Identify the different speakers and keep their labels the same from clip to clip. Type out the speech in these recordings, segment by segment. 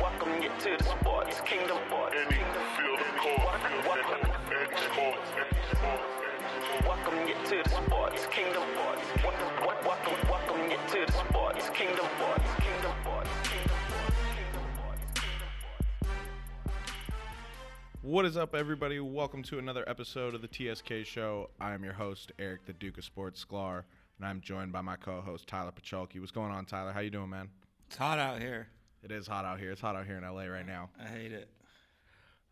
Speaker 1: Welcome you to the sports kingdom.
Speaker 2: Any field of court, export, export, export.
Speaker 1: Welcome you to the sports kingdom. Welcome, welcome, welcome, welcome you to the sports kingdom. Kingdom.
Speaker 3: What is up, everybody? Welcome to another episode of the TSK Show. I am your host, Eric, the Duke of Sports Sklar, and I'm joined by my co-host Tyler Pacholke. What's going on, Tyler? How you doing, man?
Speaker 4: It's hot out here.
Speaker 3: It is hot out here. It's hot out here in LA right now.
Speaker 4: I hate it.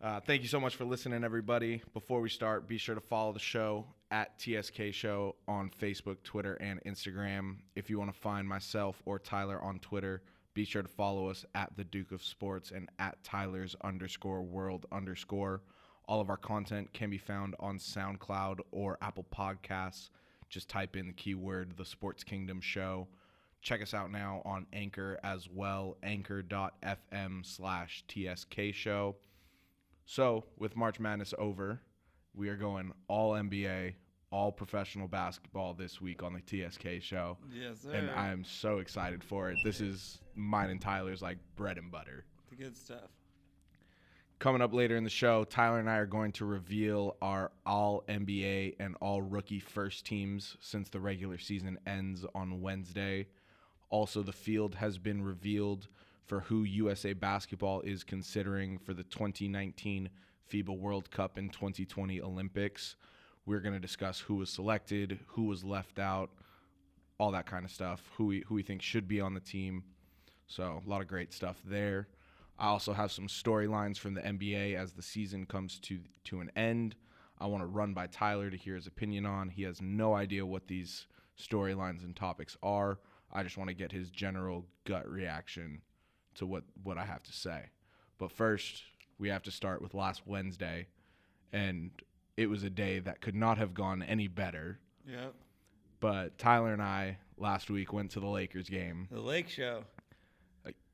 Speaker 3: Uh, thank you so much for listening, everybody. Before we start, be sure to follow the show at TSK Show on Facebook, Twitter, and Instagram. If you want to find myself or Tyler on Twitter, be sure to follow us at the Duke of Sports and at Tyler's underscore world underscore. All of our content can be found on SoundCloud or Apple Podcasts. Just type in the keyword the Sports Kingdom Show. Check us out now on Anchor as well, anchor.fm slash TSK Show. So, with March Madness over, we are going all NBA, all professional basketball this week on the TSK show.
Speaker 4: Yes, sir.
Speaker 3: And I am so excited for it. This is mine and Tyler's like bread and butter.
Speaker 4: the good stuff.
Speaker 3: Coming up later in the show, Tyler and I are going to reveal our all NBA and all rookie first teams since the regular season ends on Wednesday. Also, the field has been revealed for who USA Basketball is considering for the 2019 FIBA World Cup and 2020 Olympics. We're going to discuss who was selected, who was left out, all that kind of stuff, who we, who we think should be on the team. So a lot of great stuff there. I also have some storylines from the NBA as the season comes to to an end. I want to run by Tyler to hear his opinion on. He has no idea what these storylines and topics are. I just want to get his general gut reaction to what what I have to say. But first, we have to start with last Wednesday and it was a day that could not have gone any better.
Speaker 4: Yep.
Speaker 3: But Tyler and I last week went to the Lakers game
Speaker 4: The Lake Show.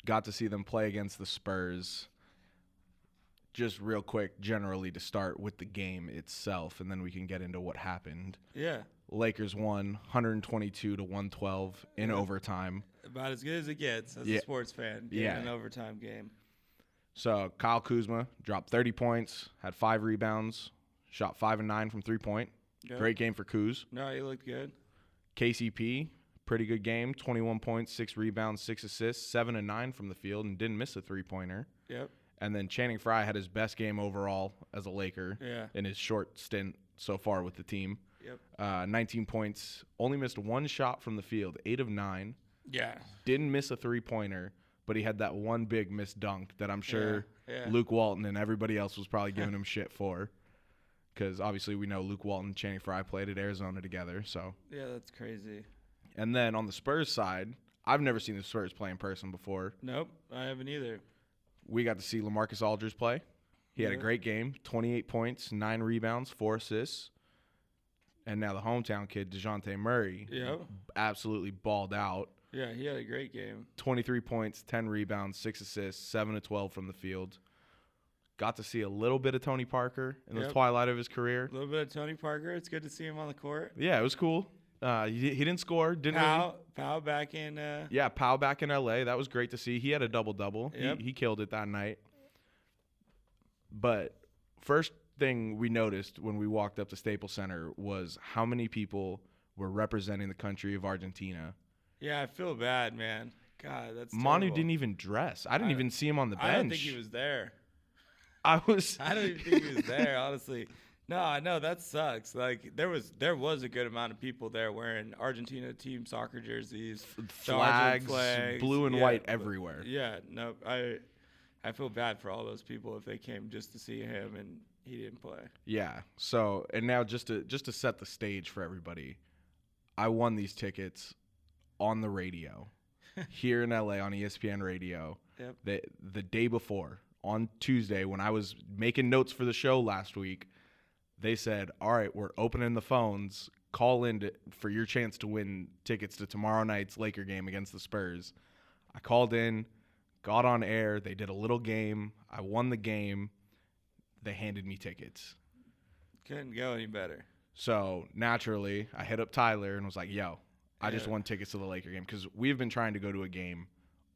Speaker 3: got to see them play against the Spurs. Just real quick, generally to start with the game itself, and then we can get into what happened.
Speaker 4: Yeah.
Speaker 3: Lakers won 122 to 112 in overtime.
Speaker 4: About as good as it gets as
Speaker 3: Yeah.
Speaker 4: a sports fan.
Speaker 3: Yeah.
Speaker 4: Yeah. An overtime game.
Speaker 3: So Kyle Kuzma dropped 30 points, had five rebounds, shot five and nine from three point.
Speaker 4: Yeah.
Speaker 3: Great game for Kuz.
Speaker 4: No, you looked good.
Speaker 3: KCP, pretty good game, 21 points, six rebounds, six assists, seven and nine from the field, and didn't miss a three pointer.
Speaker 4: Yep.
Speaker 3: And then Channing Frye had his best game overall as a Laker
Speaker 4: Yeah.
Speaker 3: in his short stint so far with the team.
Speaker 4: Yep.
Speaker 3: Uh, 19 points, only missed one shot from the field, eight of nine.
Speaker 4: Yeah.
Speaker 3: Didn't miss a three pointer, but he had that one big missed dunk that I'm sure
Speaker 4: yeah.
Speaker 3: Luke Walton and everybody else was probably giving him shit for. Because obviously we know Luke Walton and Channing Frye played at Arizona together. So,
Speaker 4: Yeah, that's crazy.
Speaker 3: and then on the Spurs side, I've never seen the Spurs play in person before.
Speaker 4: Nope. I haven't either.
Speaker 3: we got to see Lamarcus Aldridge play. He had a
Speaker 4: Yeah.
Speaker 3: great game, 28 points, nine rebounds, four assists. And now the hometown kid, DeJounte Murray,
Speaker 4: Yep.
Speaker 3: absolutely balled out.
Speaker 4: Yeah, he had a great game.
Speaker 3: 23 points, 10 rebounds, six assists, seven to 12 from the field. Got to see a little bit of Tony Parker in the
Speaker 4: Yep.
Speaker 3: twilight of his career.
Speaker 4: A little bit of Tony Parker. It's good to see him on the court.
Speaker 3: Yeah, it was cool. Uh, he, he didn't score, didn't really-
Speaker 4: Pow, Pow back in. Uh,
Speaker 3: Yeah, Powell back in LA. That was great to see. He had a double double.
Speaker 4: Yep.
Speaker 3: He, he killed it that night. But first thing we noticed when we walked up to Staples Center was how many people were representing the country of Argentina.
Speaker 4: yeah, I feel bad, man. God, that's.
Speaker 3: Manu
Speaker 4: terrible.
Speaker 3: didn't even dress. I didn't
Speaker 4: I-
Speaker 3: even see him on the bench.
Speaker 4: I don't think he was there.
Speaker 3: I was.
Speaker 4: I don't even think he was there, honestly. No, I know that sucks. Like there was there was a good amount of people there wearing Argentina team soccer jerseys, the Argent
Speaker 3: flags, blue and
Speaker 4: Yeah,
Speaker 3: white
Speaker 4: but-
Speaker 3: everywhere.
Speaker 4: Yeah, no, I I feel bad for all those people if they came just to see him and he didn't play.
Speaker 3: Yeah. So and now just to just to set the stage for everybody, I won these tickets on the radio here in LA on E ESPN Radio.
Speaker 4: Yep.
Speaker 3: The the day before on Tuesday when I was making notes for the show last week, they said, "All right, we're opening the phones. Call in to, for your chance to win tickets to tomorrow night's Laker game against the Spurs." I called in, got on air. They did a little game. I won the game. They handed me tickets.
Speaker 4: Couldn't go any better.
Speaker 3: So naturally, I hit up Tyler and was like, "Yo, I just
Speaker 4: Yeah.
Speaker 3: won tickets to the Laker game because we've been trying to go to a game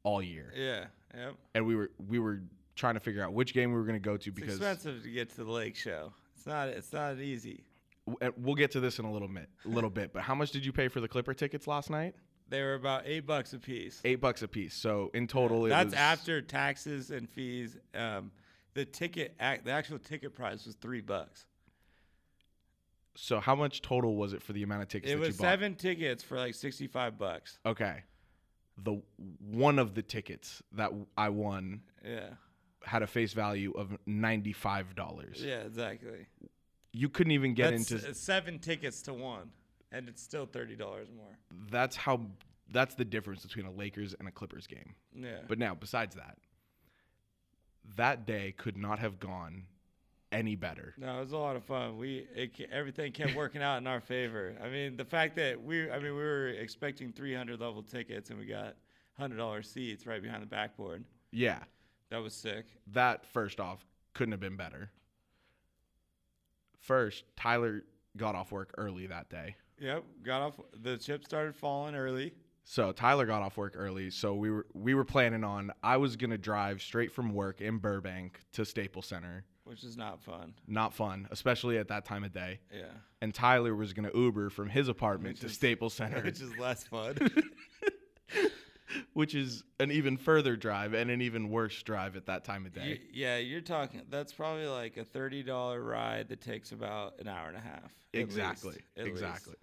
Speaker 3: all year,
Speaker 4: Yeah. Yep.
Speaker 3: and we were we were trying to figure out which game we were going to go to
Speaker 4: It's
Speaker 3: because
Speaker 4: expensive to get to the lake show. It's not. It's not easy.
Speaker 3: w- and we'll get to this in a little bit, little bit. But how much did you pay for the Clipper tickets last night?
Speaker 4: They were about eight bucks a piece.
Speaker 3: Eight bucks a piece. So in total, it
Speaker 4: That's
Speaker 3: was,
Speaker 4: after taxes and fees. Um, the ticket, ac- the actual ticket price was three bucks.
Speaker 3: So how much total was it for the amount of tickets
Speaker 4: It
Speaker 3: that
Speaker 4: was
Speaker 3: you bought?
Speaker 4: seven tickets for like sixty-five bucks.
Speaker 3: Okay, the one of the tickets that I won
Speaker 4: Yeah,
Speaker 3: had a face value of ninety five dollars.
Speaker 4: yeah, exactly.
Speaker 3: You couldn't even get
Speaker 4: That's
Speaker 3: into.
Speaker 4: uh, seven tickets to one, and it's still thirty dollars more.
Speaker 3: That's how. That's the difference between a Lakers and a Clippers game.
Speaker 4: Yeah,
Speaker 3: But now, besides that, that day could not have gone any better.
Speaker 4: no, it was a lot of fun. We it, ca- everything kept working out in our favor. I mean, the fact that we, I mean, we were expecting three hundred level tickets, and we got hundred dollar seats right behind the backboard.
Speaker 3: Yeah,
Speaker 4: That was sick.
Speaker 3: that first off couldn't have been better. First, Tyler got off work early that day.
Speaker 4: Yep, got off. The chips started falling early.
Speaker 3: So Tyler got off work early, so we were we were planning on I was going to drive straight from work in Burbank to Staples Center.
Speaker 4: which is not fun.
Speaker 3: Not fun, especially at that time of day.
Speaker 4: Yeah.
Speaker 3: And Tyler was going to Uber from his apartment
Speaker 4: Which
Speaker 3: to
Speaker 4: is-
Speaker 3: Staples Center,
Speaker 4: Which is less fun.
Speaker 3: which is an even further drive and an even worse drive at that time of day.
Speaker 4: You- yeah, you're talking. That's probably like a thirty dollar ride that takes about an hour and a half. at least,
Speaker 3: Exactly.
Speaker 4: at least.
Speaker 3: exactly.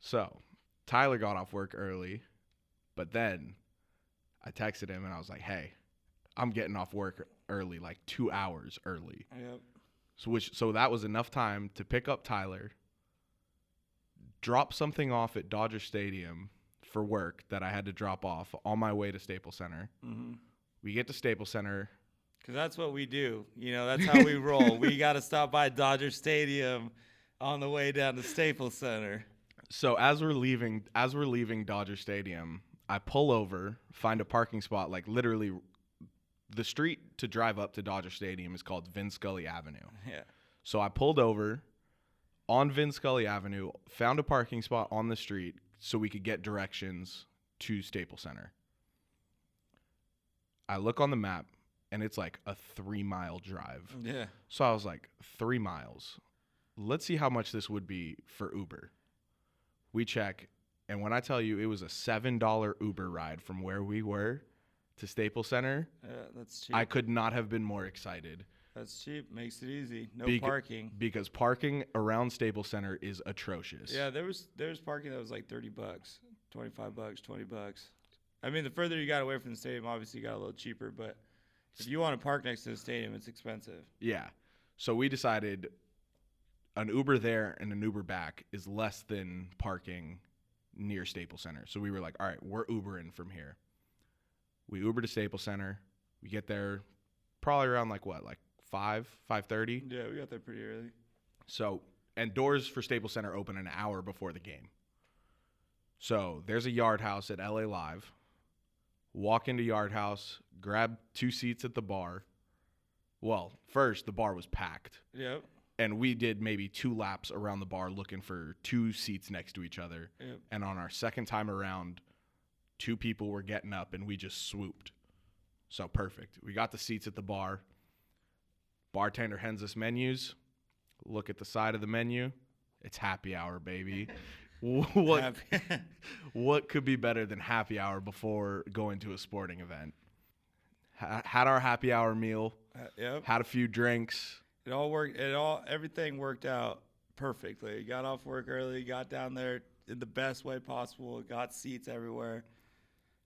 Speaker 3: So Tyler got off work early, but then I texted him and I was like, "Hey, I'm getting off work early, like two hours early."
Speaker 4: Yep.
Speaker 3: So which so that was enough time to pick up Tyler, drop something off at Dodger Stadium for work that I had to drop off on my way to Staples Center.
Speaker 4: Mm-hmm.
Speaker 3: We get to Staples Center.
Speaker 4: Cause that's what we do. You know, that's how we roll. we got to stop by Dodger Stadium on the way down to Staples Center.
Speaker 3: So as we're leaving, as we're leaving Dodger Stadium, I pull over, find a parking spot. Like literally, the street to drive up to Dodger Stadium is called Vin Scully Avenue.
Speaker 4: Yeah.
Speaker 3: So I pulled over on Vin Scully Avenue, found a parking spot on the street so we could get directions to Staples Center. I look on the map and it's like a three mile drive.
Speaker 4: Yeah.
Speaker 3: So I was like, three miles. Let's see how much this would be for Uber. We check. And when I tell you it was a $7 Uber ride from where we were to Staples Center,
Speaker 4: Yeah, that's cheap.
Speaker 3: I could not have been more excited
Speaker 4: that's cheap. Makes it easy. No
Speaker 3: Becau-
Speaker 4: parking.
Speaker 3: because parking around Staples Center is atrocious.
Speaker 4: Yeah, there was there was parking that was like thirty bucks, twenty five bucks, twenty bucks. I mean, the further you got away from the stadium, obviously you got a little cheaper. But if you want to park next to the stadium, it's expensive.
Speaker 3: Yeah. So we decided an Uber there and an Uber back is less than parking near Staples Center. So we were like, all right, we're Ubering from here. We Uber to Staples Center. We get there probably around like what, like five, five thirty.
Speaker 4: Yeah, we got there pretty early.
Speaker 3: So and doors for Staples Center open an hour before the game. So there's a yard house at LA Live. Walk into Yard House, grab two seats at the bar. Well, first the bar was packed
Speaker 4: Yep,
Speaker 3: and we did maybe two laps around the bar looking for two seats next to each other.
Speaker 4: yep.
Speaker 3: And on our second time around, two people were getting up and we just swooped. So perfect. We got the seats at the bar. Bartender hands us menus. Look at the side of the menu. It's happy hour, baby. what
Speaker 4: Happy-
Speaker 3: what could be better than happy hour before going to a sporting event? Ha- had our happy hour meal,
Speaker 4: yep.
Speaker 3: had a few drinks.
Speaker 4: It all worked. It all everything worked out perfectly. Got off work early. Got down there in the best way possible. Got seats everywhere.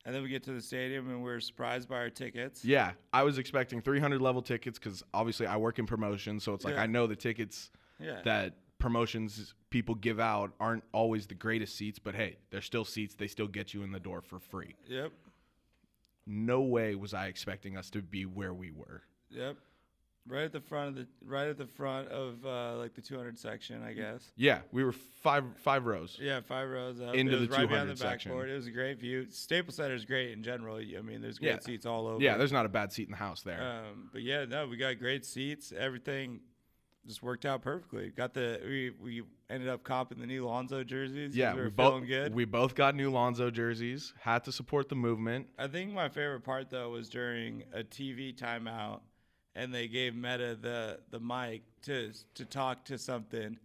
Speaker 4: And then we get to the stadium and we're surprised by our tickets.
Speaker 3: Yeah, I was expecting 300 level tickets because obviously I work in promotion, so it's like
Speaker 4: Yeah. Uh-huh.
Speaker 3: I know the tickets
Speaker 4: Yeah.
Speaker 3: that promotions people give out aren't always the greatest seats, but hey, they're still seats. They still get you in the door for free.
Speaker 4: Yep.
Speaker 3: No way was I expecting us to be where we were.
Speaker 4: Yep. Right at the front of the right at the front of uh, like the 200 section,
Speaker 3: Mm.
Speaker 4: I guess.
Speaker 3: Yeah, we were five five rows.
Speaker 4: Yeah, five rows up.
Speaker 3: Into
Speaker 4: it was
Speaker 3: the
Speaker 4: right behind the
Speaker 3: 200 section.
Speaker 4: backboard. It was a great view. Staples Center is great in general. I mean, there's great
Speaker 3: Yeah.
Speaker 4: seats all over. Uh,
Speaker 3: Yeah, there's not a bad seat in the house there.
Speaker 4: Um, but yeah, no, we got great seats. Everything just worked out perfectly. Got the we we ended up copping the new Lonzo jerseys. 'cause
Speaker 3: Yeah,
Speaker 4: we were
Speaker 3: we
Speaker 4: feeling
Speaker 3: both
Speaker 4: good.
Speaker 3: we both got new Lonzo jerseys. Had to support the movement.
Speaker 4: I think my favorite part though was during a TV timeout, and they gave Meta the the mic to to talk to something,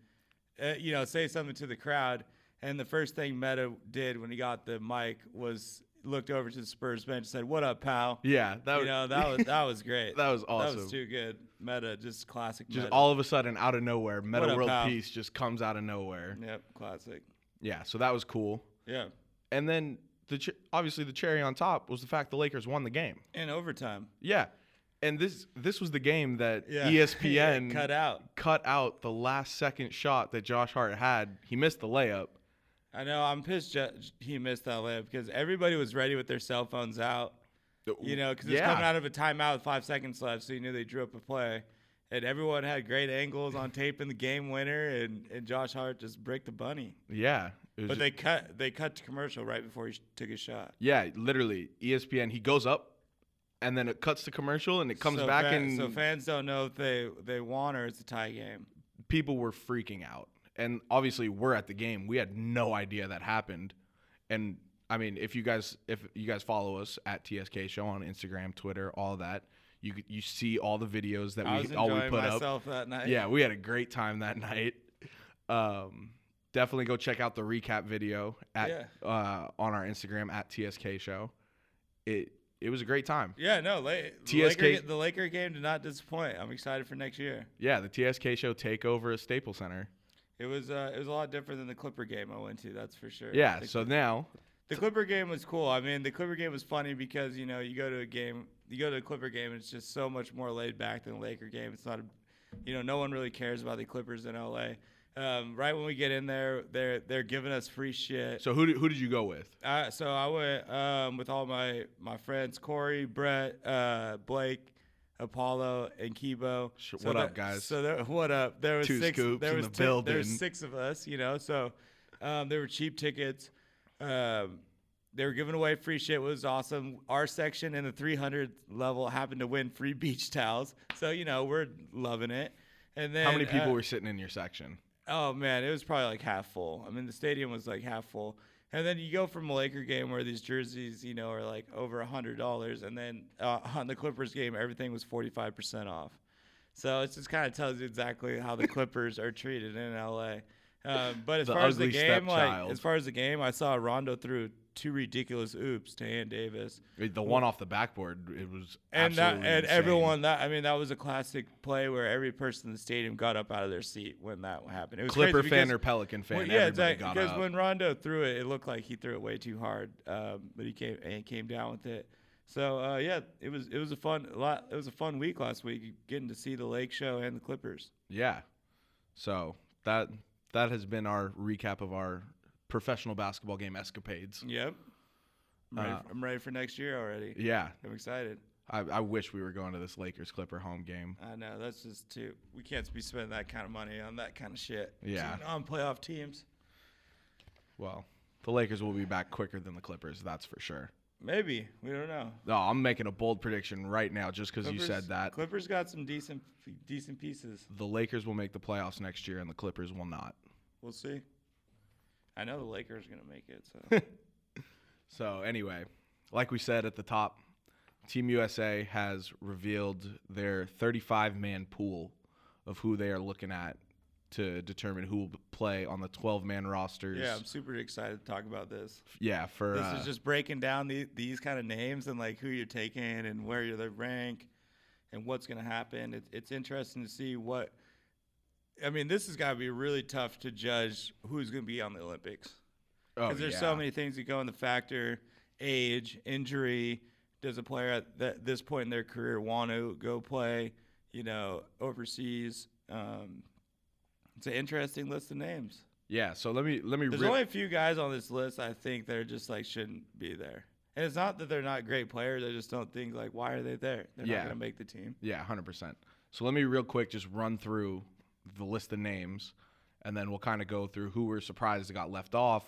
Speaker 4: uh, you know, say something to the crowd. And the first thing Meta did when he got the mic was looked over to the Spurs bench and said, "What up, pal?"
Speaker 3: Yeah, that
Speaker 4: you
Speaker 3: was,
Speaker 4: know that was that was great.
Speaker 3: That was
Speaker 4: That
Speaker 3: awesome.
Speaker 4: was too good. Meta, just classic.
Speaker 3: just
Speaker 4: Meta.
Speaker 3: all of a sudden out of nowhere. Meta
Speaker 4: up,
Speaker 3: World
Speaker 4: pal?
Speaker 3: Peace just comes out of nowhere.
Speaker 4: Yep, classic.
Speaker 3: Yeah, so that was cool.
Speaker 4: Yeah,
Speaker 3: And then the ch- obviously the cherry on top was the fact the Lakers won the game.
Speaker 4: in overtime.
Speaker 3: Yeah, and this this was the game that E
Speaker 4: Yeah,
Speaker 3: ESPN
Speaker 4: cut out.
Speaker 3: cut out the last second shot that Josh Hart had. He missed the layup.
Speaker 4: I know. I'm pissed ju- he missed that layup because everybody was ready with their cell phones out. You know, because it's
Speaker 3: Yeah.
Speaker 4: coming out of a timeout with five seconds left, so you knew they drew up a play. And everyone had great angles on tape in the game winner, and, and Josh Hart just bricked the bunny.
Speaker 3: Yeah, it was
Speaker 4: But
Speaker 3: ju-
Speaker 4: they cut they cut to commercial right before he sh- took his shot.
Speaker 3: yeah, literally E ESPN. He goes up, and then it cuts to commercial, and it comes
Speaker 4: So
Speaker 3: back,
Speaker 4: fa-
Speaker 3: and
Speaker 4: so fans don't know if they they won or it's a tie game.
Speaker 3: people were freaking out. And obviously, we're at the game. We had no idea that happened. And I mean, if you guys if you guys follow us at TSK Show on Instagram, Twitter, all that, you c- you see all the videos that
Speaker 4: I was
Speaker 3: we all we
Speaker 4: enjoying
Speaker 3: put up.
Speaker 4: myself that night.
Speaker 3: Yeah, we had a great time that night. Um, definitely go check out the recap video at
Speaker 4: Yeah.
Speaker 3: uh, on our Instagram at TSK Show. It it was a great time.
Speaker 4: yeah. No, la- the,
Speaker 3: TSK
Speaker 4: Laker, the Laker game did not disappoint. I'm excited for next year.
Speaker 3: Yeah, the TSK Show takeover at Staples Center.
Speaker 4: It was uh, it was a lot different than the Clipper game I went to. That's for sure.
Speaker 3: Yeah,
Speaker 4: The
Speaker 3: so now
Speaker 4: The Clipper game was cool. I mean, the Clipper game was funny because you know you go to a game, you go to a Clipper game, and it's just so much more laid back than a Laker game. It's not, a, you know, no one really cares about the Clippers in LA. Um, right when we get in there, they're they're giving us free shit. So,
Speaker 3: so who did, who did you go with?
Speaker 4: uh, so I went um, with all my my friends, Corey, Brett, uh, Blake. Apollo and Kibo.
Speaker 3: Sh- what up, guys?
Speaker 4: So there, what up? There was
Speaker 3: Two
Speaker 4: six.
Speaker 3: scoops
Speaker 4: there
Speaker 3: in
Speaker 4: was
Speaker 3: the
Speaker 4: ti- There
Speaker 3: building.
Speaker 4: was six of us, you know. So um, there were cheap tickets. Um, they were giving away free shit. It was awesome. Our section in the 300 level happened to win free beach towels. So you know we're loving it. And then
Speaker 3: How many
Speaker 4: uh,
Speaker 3: people were sitting in your section?
Speaker 4: Oh man, it was probably like half full. I mean, the stadium was like half full. And then you go from a Laker game where these jerseys, you know, are like over a hundred dollars, and then uh, on the Clippers game, everything was forty five percent off. So it just kind of tells you exactly how the Clippers are treated in LA. Um, but as
Speaker 3: The
Speaker 4: far as the
Speaker 3: ugly
Speaker 4: game, like
Speaker 3: stepchild.
Speaker 4: as far as the game, I saw Rondo threw two ridiculous oops to Ann Davis,
Speaker 3: The one off the backboard, it was
Speaker 4: and that,
Speaker 3: absolutely
Speaker 4: and
Speaker 3: insane.
Speaker 4: everyone that I mean that was a classic play where every person in the stadium got up out of their seat when that happened. It was crazy
Speaker 3: Clipper fan
Speaker 4: because-
Speaker 3: or Pelican fan,
Speaker 4: well, yeah,
Speaker 3: everybody
Speaker 4: exactly.
Speaker 3: got
Speaker 4: Because
Speaker 3: up.
Speaker 4: when Rondo threw it, it looked like he threw it way too hard, um, but he came and came down with it. So uh, yeah, it was it was a fun a lot. It was a fun week last week, getting to see the Lake Show and the Clippers.
Speaker 3: Yeah. So that that has been our recap of our professional basketball game escapades.
Speaker 4: Yep, I'm ready,
Speaker 3: Uh,
Speaker 4: for, I'm ready for next year already.
Speaker 3: Yeah.
Speaker 4: I'm excited.
Speaker 3: I, I wish we were going to this Lakers Clipper home game.
Speaker 4: I know that's just too. We can't be spending that kind of money on that kind of shit.
Speaker 3: Yeah.
Speaker 4: on playoff teams.
Speaker 3: Well, the Lakers will be back quicker than the Clippers, that's for sure.
Speaker 4: Maybe we don't know.
Speaker 3: No, I'm making a bold prediction right now just because you
Speaker 4: Clippers-
Speaker 3: said that.
Speaker 4: Clippers got some decent decent pieces.
Speaker 3: the Lakers will make the playoffs next year and the Clippers will not.
Speaker 4: We'll see. I know the Lakers gonna make it. So
Speaker 3: So, anyway, like we said at the top, Team USA has revealed their 35 man pool of who they are looking at to determine who will play on the 12 man rosters.
Speaker 4: yeah, I'm super excited to talk about this.
Speaker 3: Yeah, for
Speaker 4: This
Speaker 3: uh,
Speaker 4: is just breaking down the, these kind of names and like who you're taking and where you're the rank and what's gonna happen. It, it's interesting to see what. I mean, this has got to be really tough to judge who's going to be on the Olympics.
Speaker 3: oh,
Speaker 4: because there's
Speaker 3: yeah.
Speaker 4: so many things that go in the factor age injury does a player at th- this point in their career want to go play you know overseas um, it's an interesting list of names
Speaker 3: Yeah, so let me let me
Speaker 4: there's
Speaker 3: rip-
Speaker 4: only a few guys on this list i think they're just like shouldn't be there and it's not that they're not great players i just don't think like why are they there they're
Speaker 3: Yeah.
Speaker 4: not going to make the team
Speaker 3: Yeah, 100%. So let me real quick just run through the list of names and then we'll kind of go through who we're surprised that got left off,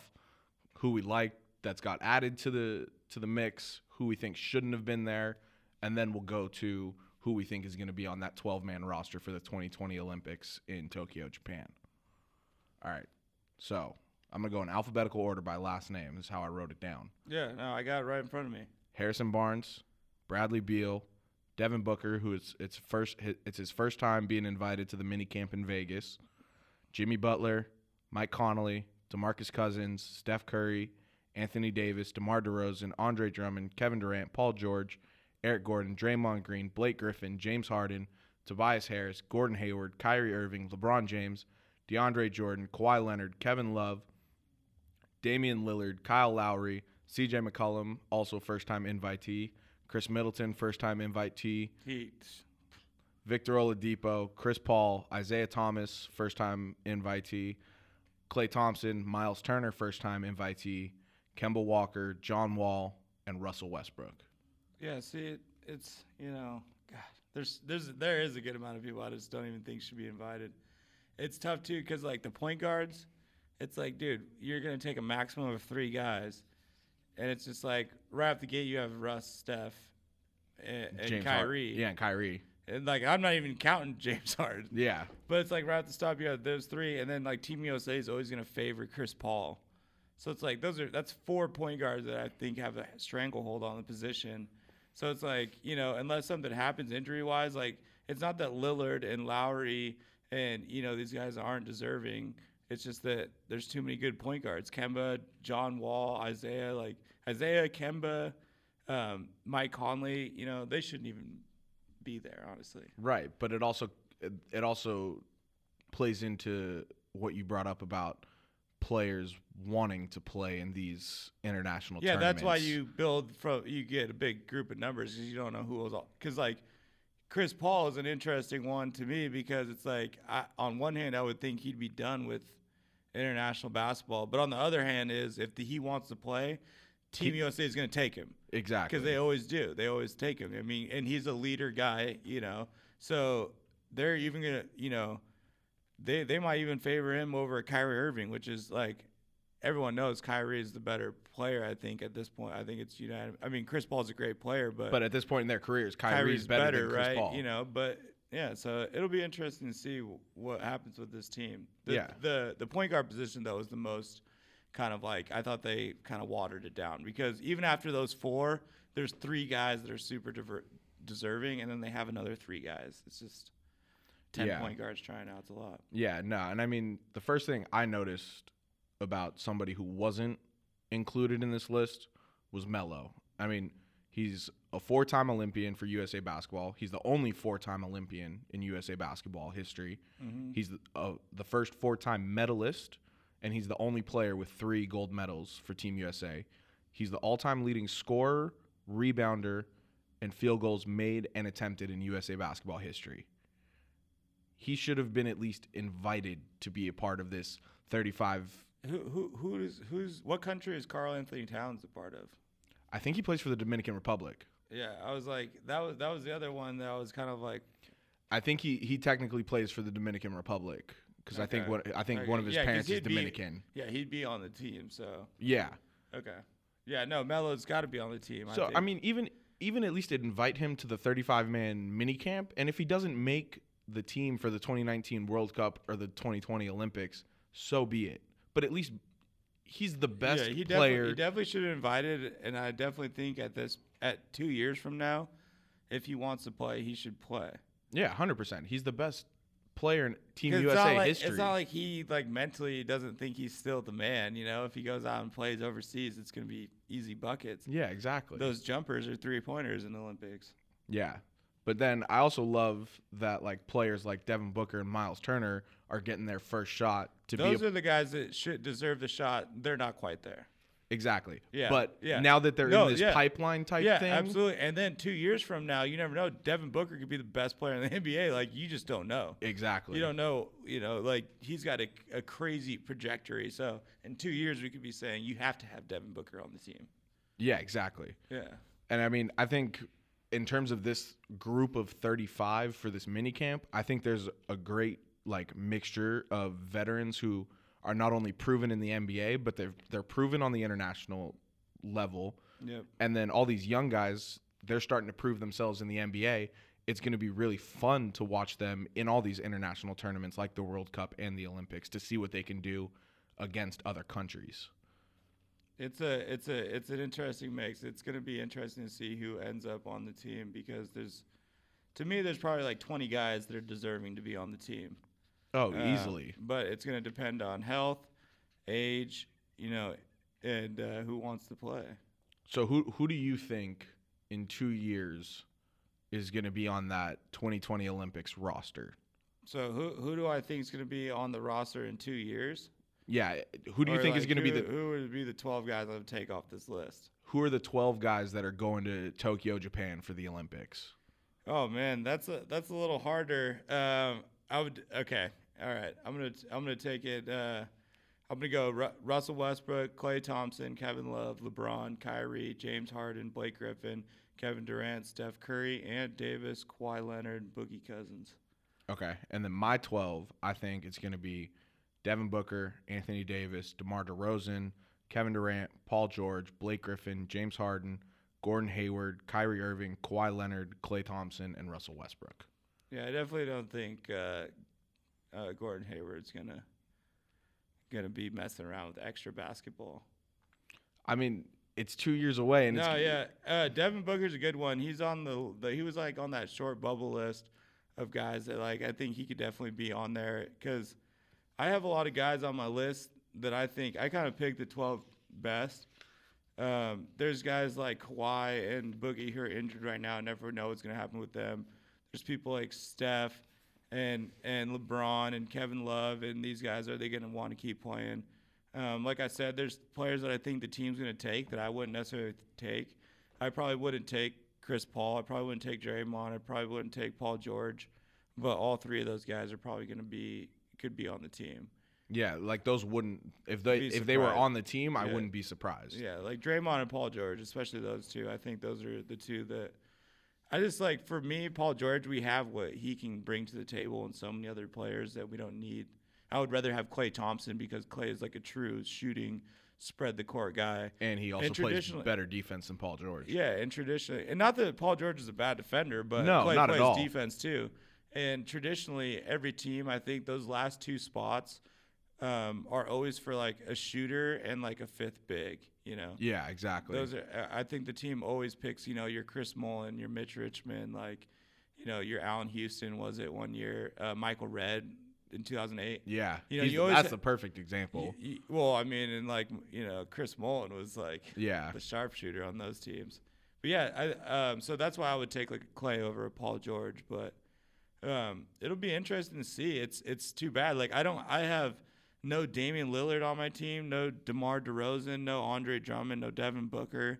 Speaker 3: who we liked that's got added to the to the mix, who we think shouldn't have been there, and then we'll go to who we think is going to be on that 12 man roster for the 2020 Olympics in Tokyo, Japan. All right. So I'm going to go in alphabetical order by last name, is how I wrote it down.
Speaker 4: Yeah, no, I got it right in front of me.
Speaker 3: Harrison Barnes, Bradley Beal, Devin Booker, who is it's first hi- it's his first time being invited to the mini camp in Vegas. Jimmy Butler, Mike Connolly, DeMarcus Cousins, Steph Curry, Anthony Davis, DeMar DeRozan, Andre Drummond, Kevin Durant, Paul George, Eric Gordon, Draymond Green, Blake Griffin, James Harden, Tobias Harris, Gordon Hayward, Kyrie Irving, LeBron James, DeAndre Jordan, Kawhi Leonard, Kevin Love, Damian Lillard, Kyle Lowry, CJ McCollum, also first time invitee, Chris Middleton, first time invitee,
Speaker 4: Heat.
Speaker 3: Victor Oladipo, Chris Paul, Isaiah Thomas, first time invitee, Clay Thompson, Miles Turner, first time invitee, Kemba Walker, John Wall, and Russell Westbrook.
Speaker 4: Yeah, see, it, it's you know, God, there's there's there is a good amount of people I just don't even think should be invited. It's tough too because like the point guards, it's like, dude, you're gonna take a maximum of three guys, and it's just like right off the gate you have Russ, Steph, and, and
Speaker 3: Hard-
Speaker 4: Kyrie,
Speaker 3: Yeah, and Kyrie.
Speaker 4: and like I'm not even counting James Harden.
Speaker 3: Yeah.
Speaker 4: But it's like right at the stop, you have those three, and then like Team USA is always going to favor Chris Paul. So it's like those are that's four point guards that I think have a stranglehold on the position. So it's like you know unless something happens injury wise, like it's not that Lillard and Lowry and you know these guys aren't deserving. It's just that there's too many good point guards: Kemba, John Wall, Isaiah, like Isaiah, Kemba, um, Mike Conley. You know they shouldn't even be there, honestly.
Speaker 3: Right, but it also it also plays into what you brought up about players wanting to play in these international
Speaker 4: Yeah,
Speaker 3: tournaments.
Speaker 4: that's why you build from you get a big group of numbers because you don't know who was all. Because like Chris Paul is an interesting one to me because it's like I, on one hand I would think he'd be done with international basketball, but on the other hand is if the, he wants to play, Team USA is going to take him
Speaker 3: exactly
Speaker 4: because they always do. They always take him. I mean, and he's a leader guy, you know. So they're even gonna, you know, they they might even favor him over Kyrie Irving, which is like everyone knows Kyrie is the better player. I think at this point, I think it's united. I mean, Chris Paul's a great player, but,
Speaker 3: but at this point in their careers, Kyrie's,
Speaker 4: Kyrie's
Speaker 3: better,
Speaker 4: better,
Speaker 3: than Chris
Speaker 4: right?
Speaker 3: Paul.
Speaker 4: You know, but. Yeah, so it'll be interesting to see wh- what happens with this team. The,
Speaker 3: Yeah.
Speaker 4: the the point guard position though was the most kind of like I thought they kind of watered it down because even after those four, there's three guys that are super diver- deserving, and then they have another three guys. It's just ten
Speaker 3: Yeah.
Speaker 4: point guards trying out. It's a lot.
Speaker 3: Yeah, no. And I mean, the first thing I noticed about somebody who wasn't included in this list was Melo. I mean, he's a four time Olympian for USA basketball. He's the only four time Olympian in USA basketball history. He's the, uh, the first four time medalist, and he's the only player with three gold medals for Team USA. He's the all time leading scorer, rebounder, and field goals made and attempted in USA basketball history he should have been at least invited to be a part of this 35
Speaker 4: Who who who is who's what country is Carl Anthony Towns a part of?
Speaker 3: i think he plays for the dominican republic
Speaker 4: Yeah, I was like that was that was the other one that I was kind of like
Speaker 3: i think he, he technically plays for the dominican republic because i think
Speaker 4: Okay.
Speaker 3: one, i think
Speaker 4: okay,
Speaker 3: one of his
Speaker 4: yeah, 'cause
Speaker 3: parents is
Speaker 4: he'd be-
Speaker 3: dominican
Speaker 4: yeah, he'd be on the team. So
Speaker 3: yeah
Speaker 4: okay, yeah, no, Melo's got to be on the team. I
Speaker 3: so
Speaker 4: think.
Speaker 3: i mean even even at least invite him to the 35 man mini camp and if he doesn't make the team for the 2019 world cup or the 2020 olympics so be it but at least he's the best
Speaker 4: yeah, he
Speaker 3: player
Speaker 4: Definitely, he definitely should have invited, and I definitely think at this at two years from now, if he wants to play, he should play.
Speaker 3: yeah 100% he's the best player in team
Speaker 4: 'Cause
Speaker 3: usa
Speaker 4: it's not like,
Speaker 3: history
Speaker 4: It's not like he like mentally doesn't think he's still the man. You know, if he goes out and plays overseas, it's gonna be easy buckets.
Speaker 3: yeah exactly
Speaker 4: Those jumpers are three pointers in the Olympics.
Speaker 3: Yeah. But then I also love that like players like Devin Booker and Miles Turner are getting their first shot to
Speaker 4: Those
Speaker 3: be a,
Speaker 4: are the guys that should deserve the shot. They're not quite there.
Speaker 3: exactly.
Speaker 4: Yeah,
Speaker 3: But
Speaker 4: yeah.
Speaker 3: now that they're
Speaker 4: No,
Speaker 3: in this
Speaker 4: yeah.
Speaker 3: pipeline type
Speaker 4: yeah,
Speaker 3: thing,
Speaker 4: absolutely. And then two years from now, you never know. Devin Booker could be the best player in the NBA. Like you just don't know.
Speaker 3: exactly.
Speaker 4: You don't know, you know, like he's got a, a crazy trajectory. So in two years, we could be saying you have to have Devin Booker on the team.
Speaker 3: yeah, exactly.
Speaker 4: Yeah.
Speaker 3: And I mean, I think in terms of this group of 35 for this mini camp, I think there's a great like mixture of veterans who are not only proven in the NBA, but they're they're proven on the international level.
Speaker 4: Yep.
Speaker 3: And then all these young guys, they're starting to prove themselves in the NBA it's going to be really fun to watch them in all these international tournaments like the World Cup and the Olympics to see what they can do against other countries.
Speaker 4: It's a it's a it's an interesting mix. It's going to be interesting to see who ends up on the team because there's to me there's probably like 20 guys that are deserving to be on the team.
Speaker 3: Oh,
Speaker 4: Uh,
Speaker 3: easily.
Speaker 4: But it's going to depend on health, age, you know, and uh, who wants to play.
Speaker 3: So who who do you think in 2 years is going to be on that 2020 Olympics roster?
Speaker 4: So who who do I think is going to be on the roster in 2 years?
Speaker 3: Yeah, who do you
Speaker 4: Or,
Speaker 3: think is
Speaker 4: like,
Speaker 3: going to be
Speaker 4: who-
Speaker 3: the
Speaker 4: who would be the 12 guys I would take off this list?
Speaker 3: who are the 12 guys that are going to Tokyo, Japan for the Olympics?
Speaker 4: Oh man, that's a that's a little harder. Um, I would okay. All right, I'm gonna t- I'm gonna take it. Uh, I'm gonna go Ru- Russell Westbrook, Clay Thompson, Kevin Love, LeBron, Kyrie, James Harden, Blake Griffin, Kevin Durant, Steph Curry, Ant Davis, Kawhi Leonard, Boogie Cousins.
Speaker 3: Okay. And then my 12, I think it's going to be Devin Booker, Anthony Davis, DeMar DeRozan, Kevin Durant, Paul George, Blake Griffin, James Harden, Gordon Hayward, Kyrie Irving, Kawhi Leonard, Clay Thompson, and Russell Westbrook.
Speaker 4: Yeah, I definitely don't think uh, uh, Gordon Hayward's gonna gonna be messing around with extra basketball.
Speaker 3: I mean, it's two years away, and
Speaker 4: no,
Speaker 3: it's,
Speaker 4: yeah, uh, Devin Booker's a good one. He's on the, the he was like on that short bubble list of guys that like I think he could definitely be on there because I have a lot of guys on my list that I think I kind of picked the 12 best. Um, there's guys like Kawhi and Boogie who are injured right now. I never know what's gonna happen with them. There's people like Steph and and LeBron and Kevin Love and these guys are they gonna want to keep playing? Um, like I said, there's players that I think the team's gonna take that I wouldn't necessarily take. I probably wouldn't take Chris Paul. I probably wouldn't take Draymond. I probably wouldn't take Paul George. But all three of those guys are probably gonna be could be on the team.
Speaker 3: yeah, like those wouldn't if they
Speaker 4: Be
Speaker 3: if they were
Speaker 4: surprised.
Speaker 3: on the team, I
Speaker 4: Yeah.
Speaker 3: wouldn't be surprised.
Speaker 4: Yeah, like Draymond and Paul George, especially those two. I think those are the two that I just like. For me, Paul George, we have what he can bring to the table, and so many other players that we don't need. I would rather have Clay Thompson because Clay is like a true shooting, spread the court guy.
Speaker 3: And he also plays
Speaker 4: traditionally-
Speaker 3: better defense than Paul George.
Speaker 4: Yeah, and traditionally, and not that Paul George is a bad defender, but
Speaker 3: No,
Speaker 4: Clay
Speaker 3: not at
Speaker 4: plays
Speaker 3: all.
Speaker 4: defense too. And traditionally, every team, I think those last two spots um, are always for like a shooter and like a fifth big. You know,
Speaker 3: Yeah, exactly.
Speaker 4: those are. I I think the team always picks. You know, your Chris Mullen, your Mitch Richmond, like, you know, your Allen Houston was it one year, uh, Michael Red in 2008.
Speaker 3: yeah,
Speaker 4: You know,
Speaker 3: He's-
Speaker 4: you always
Speaker 3: that's
Speaker 4: ha-
Speaker 3: the perfect example.
Speaker 4: Y- y- well, I mean, and like you know, Chris Mullen was like
Speaker 3: Yeah.
Speaker 4: the sharpshooter on those teams. But yeah, I, um, so that's why I would take like a Clay over a Paul George. But um, it'll be interesting to see. It's it's too bad. Like I don't, I have no Damian Lillard on my team, no DeMar DeRozan, no Andre Drummond, no Devin Booker.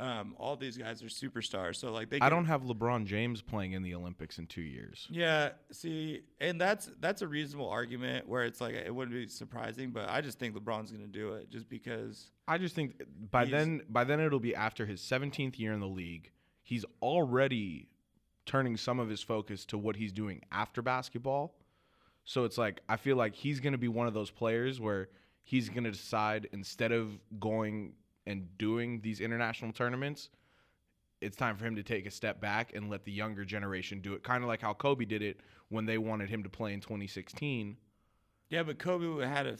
Speaker 4: Um, all these guys are superstars. So like they,
Speaker 3: I
Speaker 4: can-
Speaker 3: don't have LeBron James playing in the Olympics in two years.
Speaker 4: yeah, see, and that's that's a reasonable argument where it's like it wouldn't be surprising, but I just think LeBron's gonna do it just because.
Speaker 3: I just think by
Speaker 4: He's-
Speaker 3: then by then it'll be after his 17th year in the league. He's already turning some of his focus to what he's doing after basketball. So it's like I feel like he's going to be one of those players where he's going to decide instead of going and doing these international tournaments, it's time for him to take a step back and let the younger generation do it. Kind of like how Kobe did it when they wanted him to play in 2016.
Speaker 4: Yeah, but Kobe had a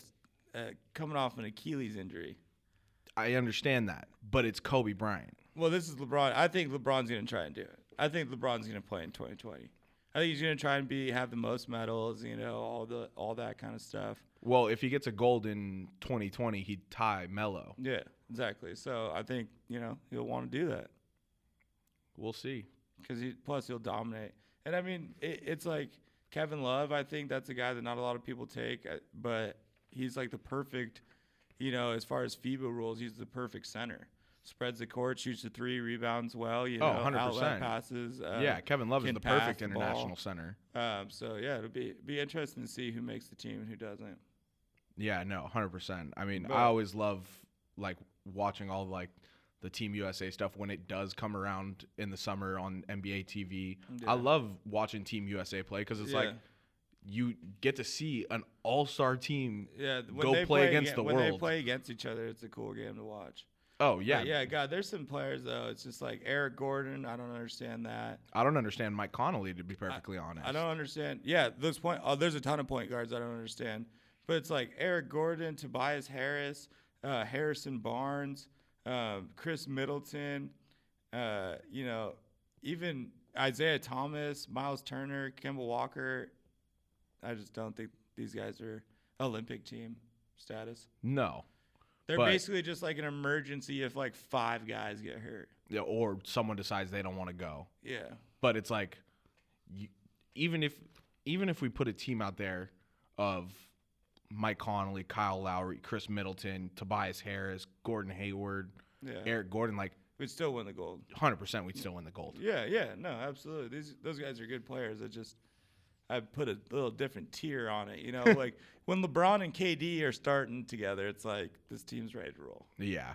Speaker 4: uh, coming off an Achilles injury.
Speaker 3: I understand that, but it's Kobe Bryant.
Speaker 4: Well, this is LeBron. I think LeBron's gonna try and do it. I think LeBron's gonna play in 2020. I think he's gonna try and be have the most medals, you know, all the all that kind of stuff.
Speaker 3: Well, if he gets a gold in 2020, he'd tie Mello.
Speaker 4: Yeah, exactly. So I think you know he'll want to do that.
Speaker 3: We'll see.
Speaker 4: because he plus he'll dominate. And I mean, it, it's like Kevin Love. I think that's a guy that not a lot of people take, uh, but he's like the perfect, you know, as far as FIBA rules, he's the perfect center. Spreads the court, shoots the three, rebounds well. You
Speaker 3: Oh,
Speaker 4: know,
Speaker 3: 100%.
Speaker 4: outlet passes. Uh,
Speaker 3: yeah, Kevin Love is
Speaker 4: can
Speaker 3: the
Speaker 4: pass
Speaker 3: perfect
Speaker 4: the ball.
Speaker 3: international center.
Speaker 4: Um, so yeah, it'll be be interesting to see who makes the team and who doesn't.
Speaker 3: Yeah, no, 100%. I mean, I
Speaker 4: But-
Speaker 3: always love like watching all like the Team USA stuff when it does come around in the summer on NBA TV.
Speaker 4: Yeah.
Speaker 3: I love watching Team USA play cuz it's like
Speaker 4: Yeah.
Speaker 3: you get to see an all-star team
Speaker 4: Yeah, th- when
Speaker 3: go
Speaker 4: they
Speaker 3: play against
Speaker 4: aga-
Speaker 3: the
Speaker 4: when
Speaker 3: world.
Speaker 4: they play against each other, it's a cool game to watch.
Speaker 3: Oh
Speaker 4: Yeah,
Speaker 3: yeah.
Speaker 4: yeah, God, there's some players though. It's just like Eric Gordon. I don't understand that.
Speaker 3: I don't understand Mike Connolly to be perfectly honest.
Speaker 4: I don't understand. Yeah, those point. Oh, there's a ton of point guards I don't understand. But it's like Eric Gordon, Tobias Harris, uh, Harrison Barnes, um, Chris Middleton. Uh, you know, even Isaiah Thomas, Miles Turner, Kemba Walker. I just don't think these guys are Olympic team status.
Speaker 3: No.
Speaker 4: They're
Speaker 3: But-
Speaker 4: basically just like an emergency if like five guys get hurt.
Speaker 3: Yeah, or someone decides they don't want to go.
Speaker 4: Yeah.
Speaker 3: But it's like, you, even if even if we put a team out there of Mike Connolly, Kyle Lowry, Chris Middleton, Tobias Harris, Gordon Hayward,
Speaker 4: Yeah.
Speaker 3: Eric Gordon, like
Speaker 4: We'd still win the gold.
Speaker 3: 100 percent we'd still win the gold.
Speaker 4: Yeah, yeah, no, absolutely. These those guys are good players. I just I put a little different tier on it, you know, like when LeBron and KD are starting together, it's like this team's ready to roll.
Speaker 3: Yeah.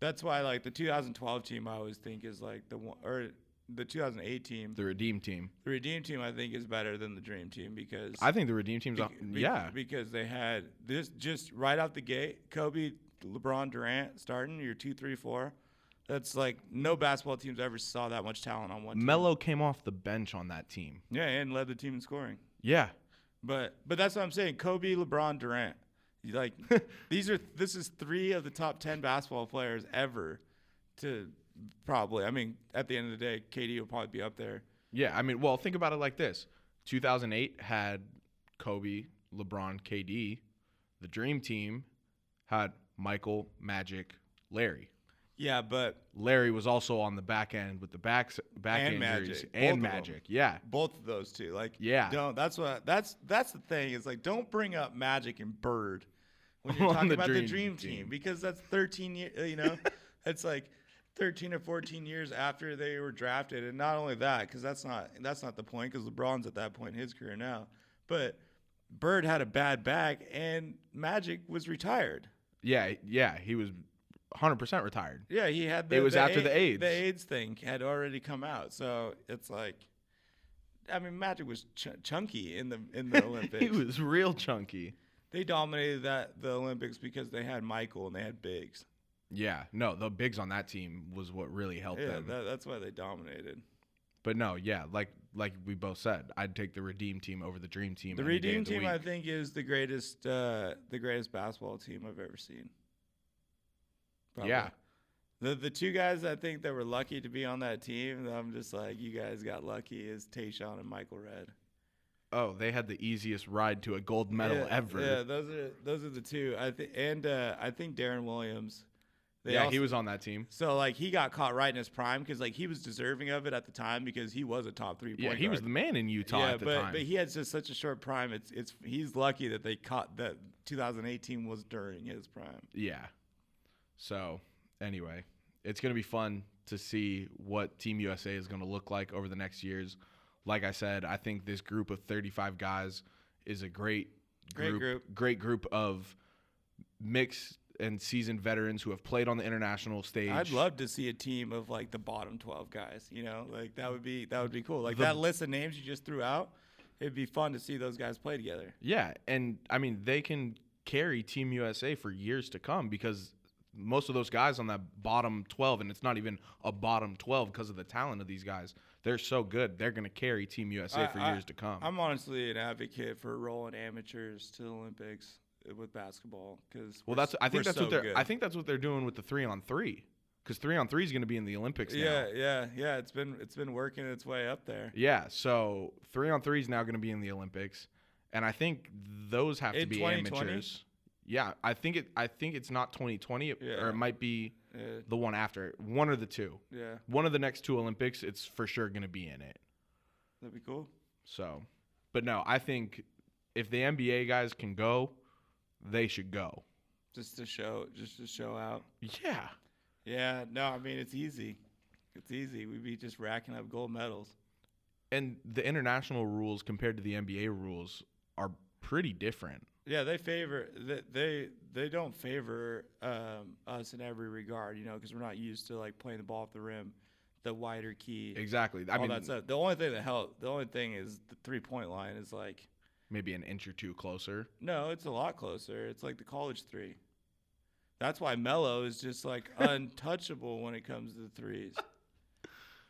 Speaker 4: That's why like the 2012 team I always think is like the one or the 2008 team.
Speaker 3: The Redeem team.
Speaker 4: The Redeem team I think is better than the Dream team because
Speaker 3: I think the Redeem team's off
Speaker 4: Bec- bec-
Speaker 3: yeah.
Speaker 4: because they had this just right out the gate. Kobe, LeBron, Durant starting your two, three, four. That's like no basketball teams ever saw that much talent on one. team.
Speaker 3: Melo came off the bench on that team.
Speaker 4: yeah, and led the team in scoring.
Speaker 3: Yeah.
Speaker 4: But but that's what I'm saying. Kobe, LeBron, Durant. You Like these are this is three of the top ten basketball players ever. To probably, I mean, at the end of the day, KD will probably be up there.
Speaker 3: Yeah, I mean, well, think about it like this: 2008 had Kobe, LeBron, KD. The Dream Team had Michael, Magic, Larry.
Speaker 4: Yeah, but
Speaker 3: Larry was also on the back end with the back back
Speaker 4: And
Speaker 3: injuries
Speaker 4: Magic. Both
Speaker 3: and
Speaker 4: of them.
Speaker 3: Magic. Yeah,
Speaker 4: both of those two. Like,
Speaker 3: Yeah.
Speaker 4: don't. That's what. That's that's the thing. Is like, don't bring up Magic and Bird when you're
Speaker 3: On
Speaker 4: talking
Speaker 3: the
Speaker 4: about the
Speaker 3: Dream
Speaker 4: Dream team,
Speaker 3: Team.
Speaker 4: because that's 13 years. You know, that's like 13 or 14 years after they were drafted, and not only that, because that's not that's not the point. Because LeBron's at that point in his career now, but Bird had a bad back, and Magic was retired.
Speaker 3: yeah, yeah. He was 100 percent retired.
Speaker 4: Yeah, he had. The,
Speaker 3: It was after
Speaker 4: A-
Speaker 3: the AIDS.
Speaker 4: The AIDS thing had already come out, so it's like, I mean, Magic was ch- chunky in the in the Olympics.
Speaker 3: He was real chunky.
Speaker 4: They dominated that the Olympics because they had Michael and they had Biggs.
Speaker 3: Yeah, no, the bigs on that team was what really helped
Speaker 4: Yeah,
Speaker 3: them.
Speaker 4: that, that's why they dominated.
Speaker 3: but no, yeah, like like we both said, I'd take the Redeem team over the Dream team.
Speaker 4: The
Speaker 3: any day
Speaker 4: Redeem
Speaker 3: of the
Speaker 4: team,
Speaker 3: week.
Speaker 4: I think, is the greatest uh, the greatest basketball team I've ever seen.
Speaker 3: Yeah.
Speaker 4: The, the two guys I think that were lucky to be on that team, that I'm just like, you guys got lucky, is Tayshawn and Michael Red.
Speaker 3: Oh, they had the easiest ride to a gold medal
Speaker 4: yeah,
Speaker 3: ever.
Speaker 4: Yeah,
Speaker 3: Yeah,
Speaker 4: those are those are the two. I think and uh, I think Darren Williams. They
Speaker 3: he
Speaker 4: also-
Speaker 3: was on that team.
Speaker 4: So like he got caught right in his prime because like he was deserving of it at the time because he was a top three.
Speaker 3: Yeah,
Speaker 4: point
Speaker 3: he was the
Speaker 4: guard.
Speaker 3: man in Utah
Speaker 4: yeah,
Speaker 3: at the
Speaker 4: but
Speaker 3: time.
Speaker 4: but he had just such a short prime. It's it's he's lucky that they caught that 2018 was during his prime.
Speaker 3: yeah. So, anyway, it's going to be fun to see what Team USA is going to look like over the next years. Like I said, I think this group of 35 guys is a great
Speaker 4: Great
Speaker 3: group,
Speaker 4: group.
Speaker 3: great group of mixed and seasoned veterans who have played on the international stage.
Speaker 4: I'd love to see a team of like the bottom 12 guys. You know, like that would be that would be cool. Like that list of names you just threw out, it'd be fun to see those guys play together.
Speaker 3: Yeah, and I mean they can carry Team USA for years to come because most of those guys on that bottom 12 and it's not even a bottom 12 because of the talent of these guys. They're so good. They're going to carry Team USA for
Speaker 4: I- I-
Speaker 3: years to come.
Speaker 4: I'm honestly an advocate for rolling amateurs to the Olympics with basketball because
Speaker 3: well, that's I think that's what they're I think that's what they're doing with the 3 on 3 cuz 3 on 3 is going to be in the Olympics now.
Speaker 4: yeah, yeah, yeah. It's been it's been working its way up there.
Speaker 3: Yeah, so 3 on 3 is now going to be in the Olympics and I think those have to
Speaker 4: In
Speaker 3: be
Speaker 4: 2020?
Speaker 3: amateurs. Yeah, I think it I think it's not 2020
Speaker 4: Yeah.
Speaker 3: or it might be
Speaker 4: Yeah,
Speaker 3: the one after it, one or the two.
Speaker 4: Uh, yeah,
Speaker 3: one of the next two Olympics, it's for sure going to be in it.
Speaker 4: that'd be cool.
Speaker 3: So, but no, I think if the NBA guys can go, they should go.
Speaker 4: Just to show, just to show out.
Speaker 3: Yeah.
Speaker 4: Yeah, no, I mean it's easy. It's easy. We'd be just racking up gold medals.
Speaker 3: And the international rules compared to the NBA rules are pretty different.
Speaker 4: Yeah, they favor they they, they don't favor um, us in every regard, you know, because we're not used to like playing the ball off the rim, the wider key.
Speaker 3: Exactly. I
Speaker 4: all
Speaker 3: mean,
Speaker 4: that stuff. The only thing that helped, the only thing is the three point line is like,
Speaker 3: maybe an inch or two closer.
Speaker 4: no, it's a lot closer. It's like the college three. That's why Melo is just like untouchable when it comes to the threes.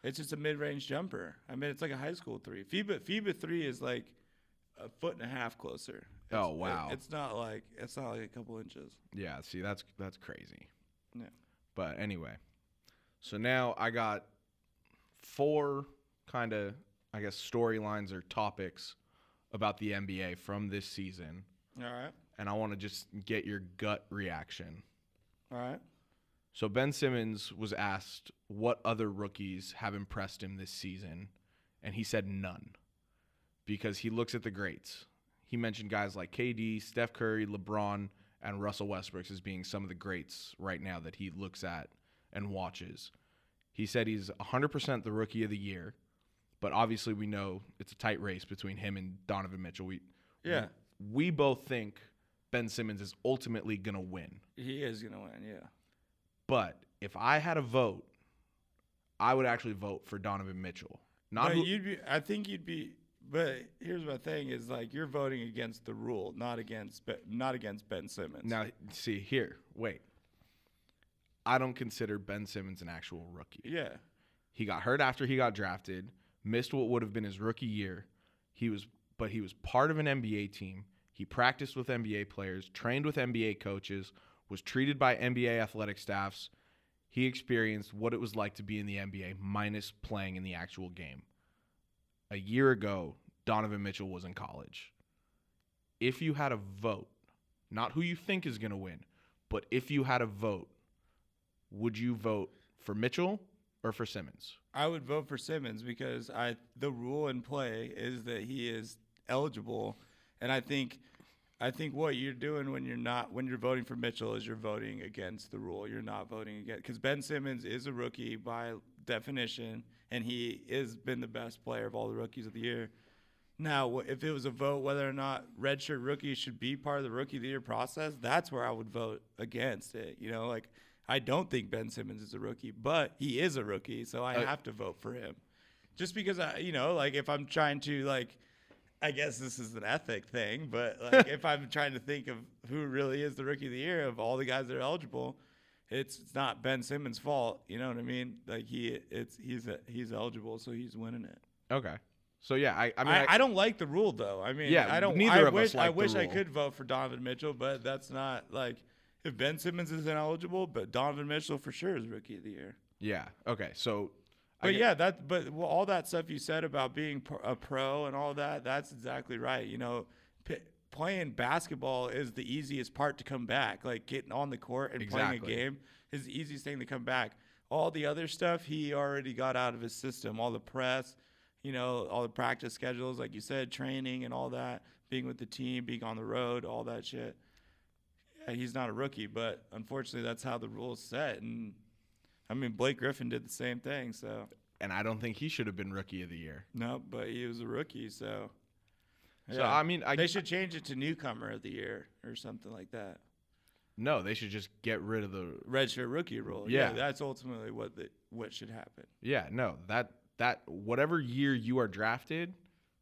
Speaker 4: It's just a mid-range jumper. I mean, it's like a high school three. FIBA FIBA three is like a foot and a half closer. It's-
Speaker 3: Oh,
Speaker 4: it-
Speaker 3: wow.
Speaker 4: it's not like it's not like a couple inches.
Speaker 3: Yeah, see, that's that's crazy.
Speaker 4: Yeah.
Speaker 3: But anyway, so now I got four kind of, I guess, storylines or topics about the NBA from this season,
Speaker 4: All right.
Speaker 3: and I want to just get your gut reaction.
Speaker 4: All right.
Speaker 3: So Ben Simmons was asked what other rookies have impressed him this season, and he said none because he looks at the greats. He mentioned guys like KD, Steph Curry, LeBron, and Russell Westbrook as being some of the greats right now that he looks at and watches. He said he's 100% the rookie of the year, but obviously we know it's a tight race between him and Donovan Mitchell. We
Speaker 4: Yeah.
Speaker 3: we both think Ben Simmons is ultimately going to win.
Speaker 4: He is gonna win. Yeah.
Speaker 3: But if I had a vote, I would actually vote for Donovan Mitchell. Not
Speaker 4: but
Speaker 3: who,
Speaker 4: you'd be. I think you'd be. But here's my thing: is like you're voting against the rule, not against, Be- not against Ben Simmons.
Speaker 3: now. See here, wait. I don't consider Ben Simmons an actual rookie.
Speaker 4: Yeah.
Speaker 3: He got hurt after he got drafted, missed what would have been his rookie year. He was, but he was part of an NBA team. He practiced with NBA players, trained with NBA coaches, was treated by NBA athletic staffs. He experienced what it was like to be in the NBA minus playing in the actual game. a year ago, Donovan Mitchell was in college. If you had a vote, not who you think is going to win, but if you had a vote, would you vote for Mitchell or for Simmons?
Speaker 4: I would vote for Simmons because I the rule in play is that he is eligible, and I think I think what you're doing when you're not when you're voting for Mitchell is you're voting against the rule. You're not voting against because Ben Simmons is a rookie by definition, and he has been the best player of all the rookies of the year. Now, wh- if it was a vote whether or not redshirt rookies should be part of the rookie of the year process, that's where I would vote against it. You know, like I don't think Ben Simmons is a rookie, but he is a rookie, so I
Speaker 3: Uh,
Speaker 4: have to vote for him. Just because I, you know, like if I'm trying to like, I guess this is an ethic thing, but like if I'm trying to think of who really is the rookie of the year of all the guys that are eligible, it's, it's not Ben Simmons' fault. You know what I mean? Like he, it's he's a, he's eligible, so he's winning it.
Speaker 3: Okay. So yeah, I, I mean,
Speaker 4: I,
Speaker 3: I-
Speaker 4: I don't like the rule though. I mean,
Speaker 3: Yeah,
Speaker 4: I don't.
Speaker 3: neither
Speaker 4: I
Speaker 3: of us
Speaker 4: wish, I
Speaker 3: like the
Speaker 4: wish I
Speaker 3: rule.
Speaker 4: could vote for Donovan Mitchell, but that's not like if Ben Simmons is ineligible, but Donovan Mitchell for sure is rookie of the year.
Speaker 3: yeah. Okay. So, I
Speaker 4: But
Speaker 3: get-
Speaker 4: yeah, that but well, all that stuff you said about being pro, a pro and all that, that's exactly right. You know, p- playing basketball is the easiest part to come back. Like getting on the court and
Speaker 3: Exactly.
Speaker 4: playing a game is the easiest thing to come back. All the other stuff he already got out of his system, all the press, you know, all the practice schedules, like you said, training and all that, being with the team, being on the road, all that shit. Yeah, he's not a rookie, but unfortunately, that's how the rules set. And I mean, Blake Griffin did the same thing, so.
Speaker 3: and I don't think he should have been rookie of the year.
Speaker 4: No, but he was a rookie, so.
Speaker 3: So, I mean, I-
Speaker 4: they should change it to newcomer of the year or something like that.
Speaker 3: No, they should just get rid of the.
Speaker 4: Redshirt rookie rule. Yeah,
Speaker 3: Yeah.
Speaker 4: that's ultimately what the, what should happen.
Speaker 3: Yeah. No, that that whatever year you are drafted,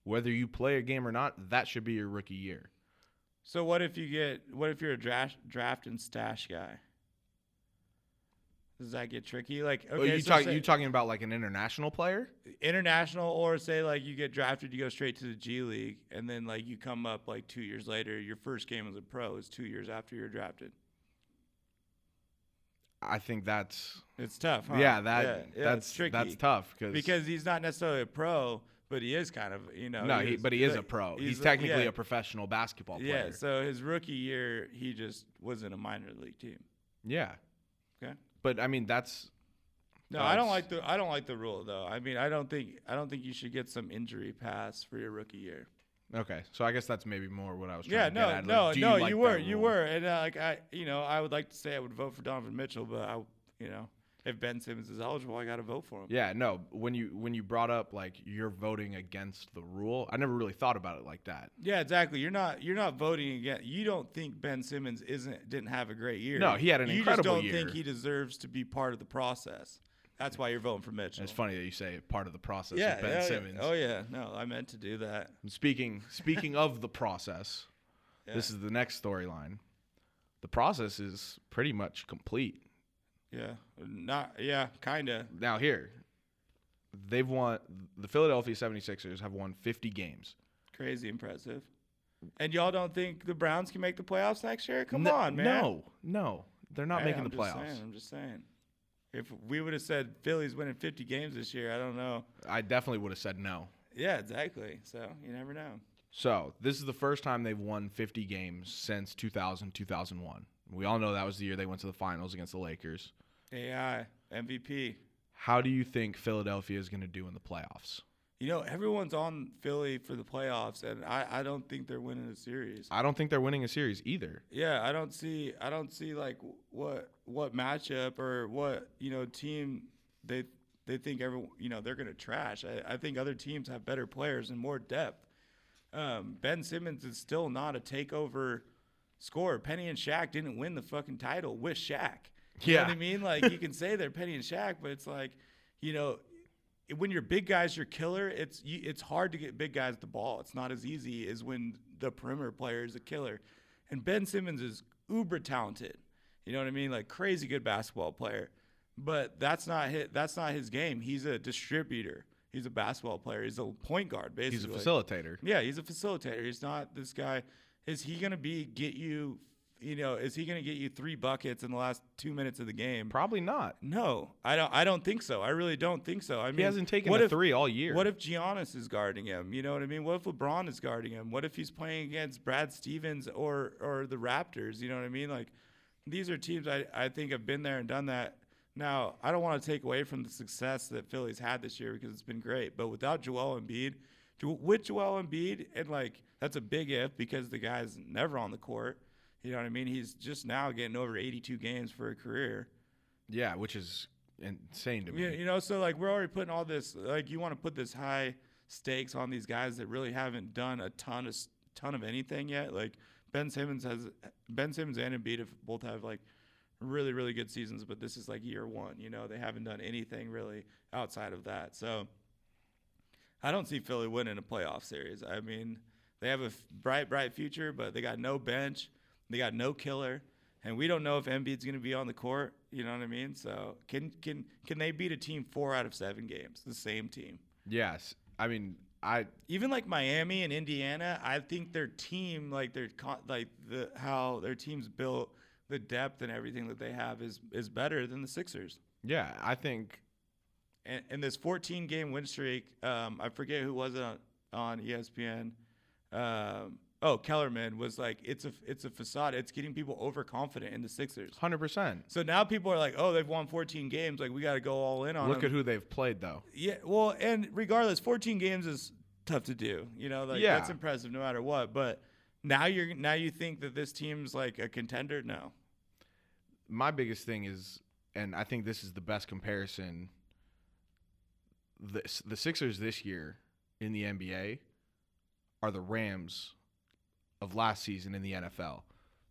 Speaker 3: whether you play a game or not, that should be your rookie year.
Speaker 4: So what if you get what if you're a draft draft and stash guy? Does that get tricky? Like okay,
Speaker 3: Oh, you
Speaker 4: so
Speaker 3: talk,
Speaker 4: say-
Speaker 3: you talking about like an international player?
Speaker 4: international or say like you get drafted, you go straight to the G League, and then like you come up like two years later, your first game as a pro is two years after you're drafted.
Speaker 3: I think that's
Speaker 4: It's tough, huh?
Speaker 3: yeah that
Speaker 4: it's
Speaker 3: that's that's tough cause,
Speaker 4: because he's not necessarily a pro, but he is kind of you know.
Speaker 3: no he,
Speaker 4: is-
Speaker 3: but he is
Speaker 4: like,
Speaker 3: a pro he's,
Speaker 4: a-
Speaker 3: technically
Speaker 4: yeah,
Speaker 3: a professional basketball player
Speaker 4: Yeah, so his rookie year, he just was in a minor league team.
Speaker 3: yeah
Speaker 4: Okay.
Speaker 3: but I mean that's
Speaker 4: No, I don't
Speaker 3: That's-
Speaker 4: like the I don't like the rule though. I mean, I don't think I don't think you should get some injury pass for your rookie year.
Speaker 3: okay so I guess that's maybe more what I was trying
Speaker 4: Yeah,
Speaker 3: to get
Speaker 4: no,
Speaker 3: at. like,
Speaker 4: no,
Speaker 3: do
Speaker 4: no.
Speaker 3: like
Speaker 4: You
Speaker 3: that
Speaker 4: were, you
Speaker 3: rule?
Speaker 4: were, and uh, like I, you know, I would like to say I would vote for Donovan Mitchell, but I, you know, if Ben Simmons is eligible, I got to vote for him.
Speaker 3: yeah no when you when you brought up like you're voting against the rule I never really thought about it like that
Speaker 4: Yeah, exactly. You're not you're not voting again. You don't think Ben Simmons isn't didn't have a great year.
Speaker 3: No, he had an
Speaker 4: you
Speaker 3: incredible
Speaker 4: just don't think
Speaker 3: year.
Speaker 4: he deserves to be part of the process. That's why you're voting for Mitchell.
Speaker 3: And it's funny that you say part of the process
Speaker 4: Yeah,
Speaker 3: with Ben
Speaker 4: yeah, yeah.
Speaker 3: Simmons
Speaker 4: Oh yeah, no, I meant to do that.
Speaker 3: And Speaking speaking of the process, this is the next storyline. the process is pretty much complete.
Speaker 4: Yeah, not yeah, kinda.
Speaker 3: Now here, they've won the Philadelphia 76ers have won 50 games.
Speaker 4: Crazy impressive. And y'all don't think the Browns can make the playoffs next year? Come
Speaker 3: No-
Speaker 4: on, man.
Speaker 3: No, no. They're not
Speaker 4: Hey,
Speaker 3: making
Speaker 4: I'm
Speaker 3: the
Speaker 4: just
Speaker 3: playoffs.
Speaker 4: saying, I'm just saying. If we would have said Philly's winning 50 games this year, I don't know.
Speaker 3: I definitely would have said no.
Speaker 4: Yeah, exactly. So you never know.
Speaker 3: So, this is the first time they've won 50 games since 2000, 2001. We all know that was the year they went to the finals against the Lakers.
Speaker 4: AI MVP.
Speaker 3: How do you think Philadelphia is going to do in the playoffs?
Speaker 4: You know, everyone's on Philly for the playoffs, and I, I don't think they're winning a series.
Speaker 3: I don't think they're winning a series either.
Speaker 4: Yeah, I don't see I don't see like what what matchup or what you know team they they think every you know they're gonna trash. I, I think other teams have better players and more depth. Um, ben Simmons is still not a takeover scorer. Penny and Shaq didn't win the fucking title with Shaq. You know what
Speaker 3: Yeah.
Speaker 4: I mean? Like you can say they're Penny and Shaq, but it's like, you know, when you're big guys, you're killer. It's you, it's hard to get big guys the ball. It's not as easy as when the perimeter player is a killer. And Ben Simmons is uber talented. You know what I mean? Like crazy good basketball player. But that's not his, that's not his game. He's a distributor. He's a basketball player. He's a point guard basically.
Speaker 3: He's a facilitator.
Speaker 4: Yeah, he's a facilitator. He's not this guy. Is he going to be get you? You know, is he going to get you three buckets in the last two minutes of the game?
Speaker 3: Probably not.
Speaker 4: no, I don't. I don't think so. I really don't think so. I mean,
Speaker 3: He hasn't taken
Speaker 4: what
Speaker 3: a
Speaker 4: if-
Speaker 3: three all year.
Speaker 4: What if Giannis is guarding him? You know what I mean? What if LeBron is guarding him? What if he's playing against Brad Stevens or or the Raptors? You know what I mean? Like these are teams I, I think have been there and done that. Now, I don't want to take away from the success that Philly's had this year because it's been great. But without Joel Embiid, Jo- with Joel Embiid, and like that's a big if because the guy's never on the court. You know what I mean? He's just now getting over 82 games for a career.
Speaker 3: yeah, which is insane to me.
Speaker 4: Yeah, you know, so like we're already putting all this like you want to put this high stakes on these guys that really haven't done a ton of s- ton of anything yet. Like Ben Simmons has Ben Simmons and Embiid have both have like really really good seasons, but this is like year one. You know, they haven't done anything really outside of that. So I don't see Philly winning a playoff series. I mean, they have a f- bright bright future, but they got no bench, they got no killer. And we don't know if Embiid's going to be on the court. You know what I mean? So can can can they beat a team four out of seven games? The same team.
Speaker 3: Yes. I mean, I
Speaker 4: Even like Miami and Indiana, I think their team, like their co- like the how their team's built, the depth and everything that they have is is better than the Sixers.
Speaker 3: yeah, I think
Speaker 4: And, and this 14 game win streak, um, I forget who was it on, on E ESPN. Um, oh, Kellerman was like, it's a it's a facade. It's getting people overconfident in the Sixers.
Speaker 3: 100%.
Speaker 4: So now people are like, oh, they've won 14 games. Like, we got to go all in on
Speaker 3: Look
Speaker 4: them.
Speaker 3: at who they've played though.
Speaker 4: Yeah, well, and regardless, 14 games is tough to do. You know, like
Speaker 3: Yeah.
Speaker 4: that's impressive no matter what. But now you're now you think that this team's like a contender? No.
Speaker 3: my biggest thing is, and I think this is the best comparison. The the Sixers this year in the NBA are the Rams of last season in the NFL.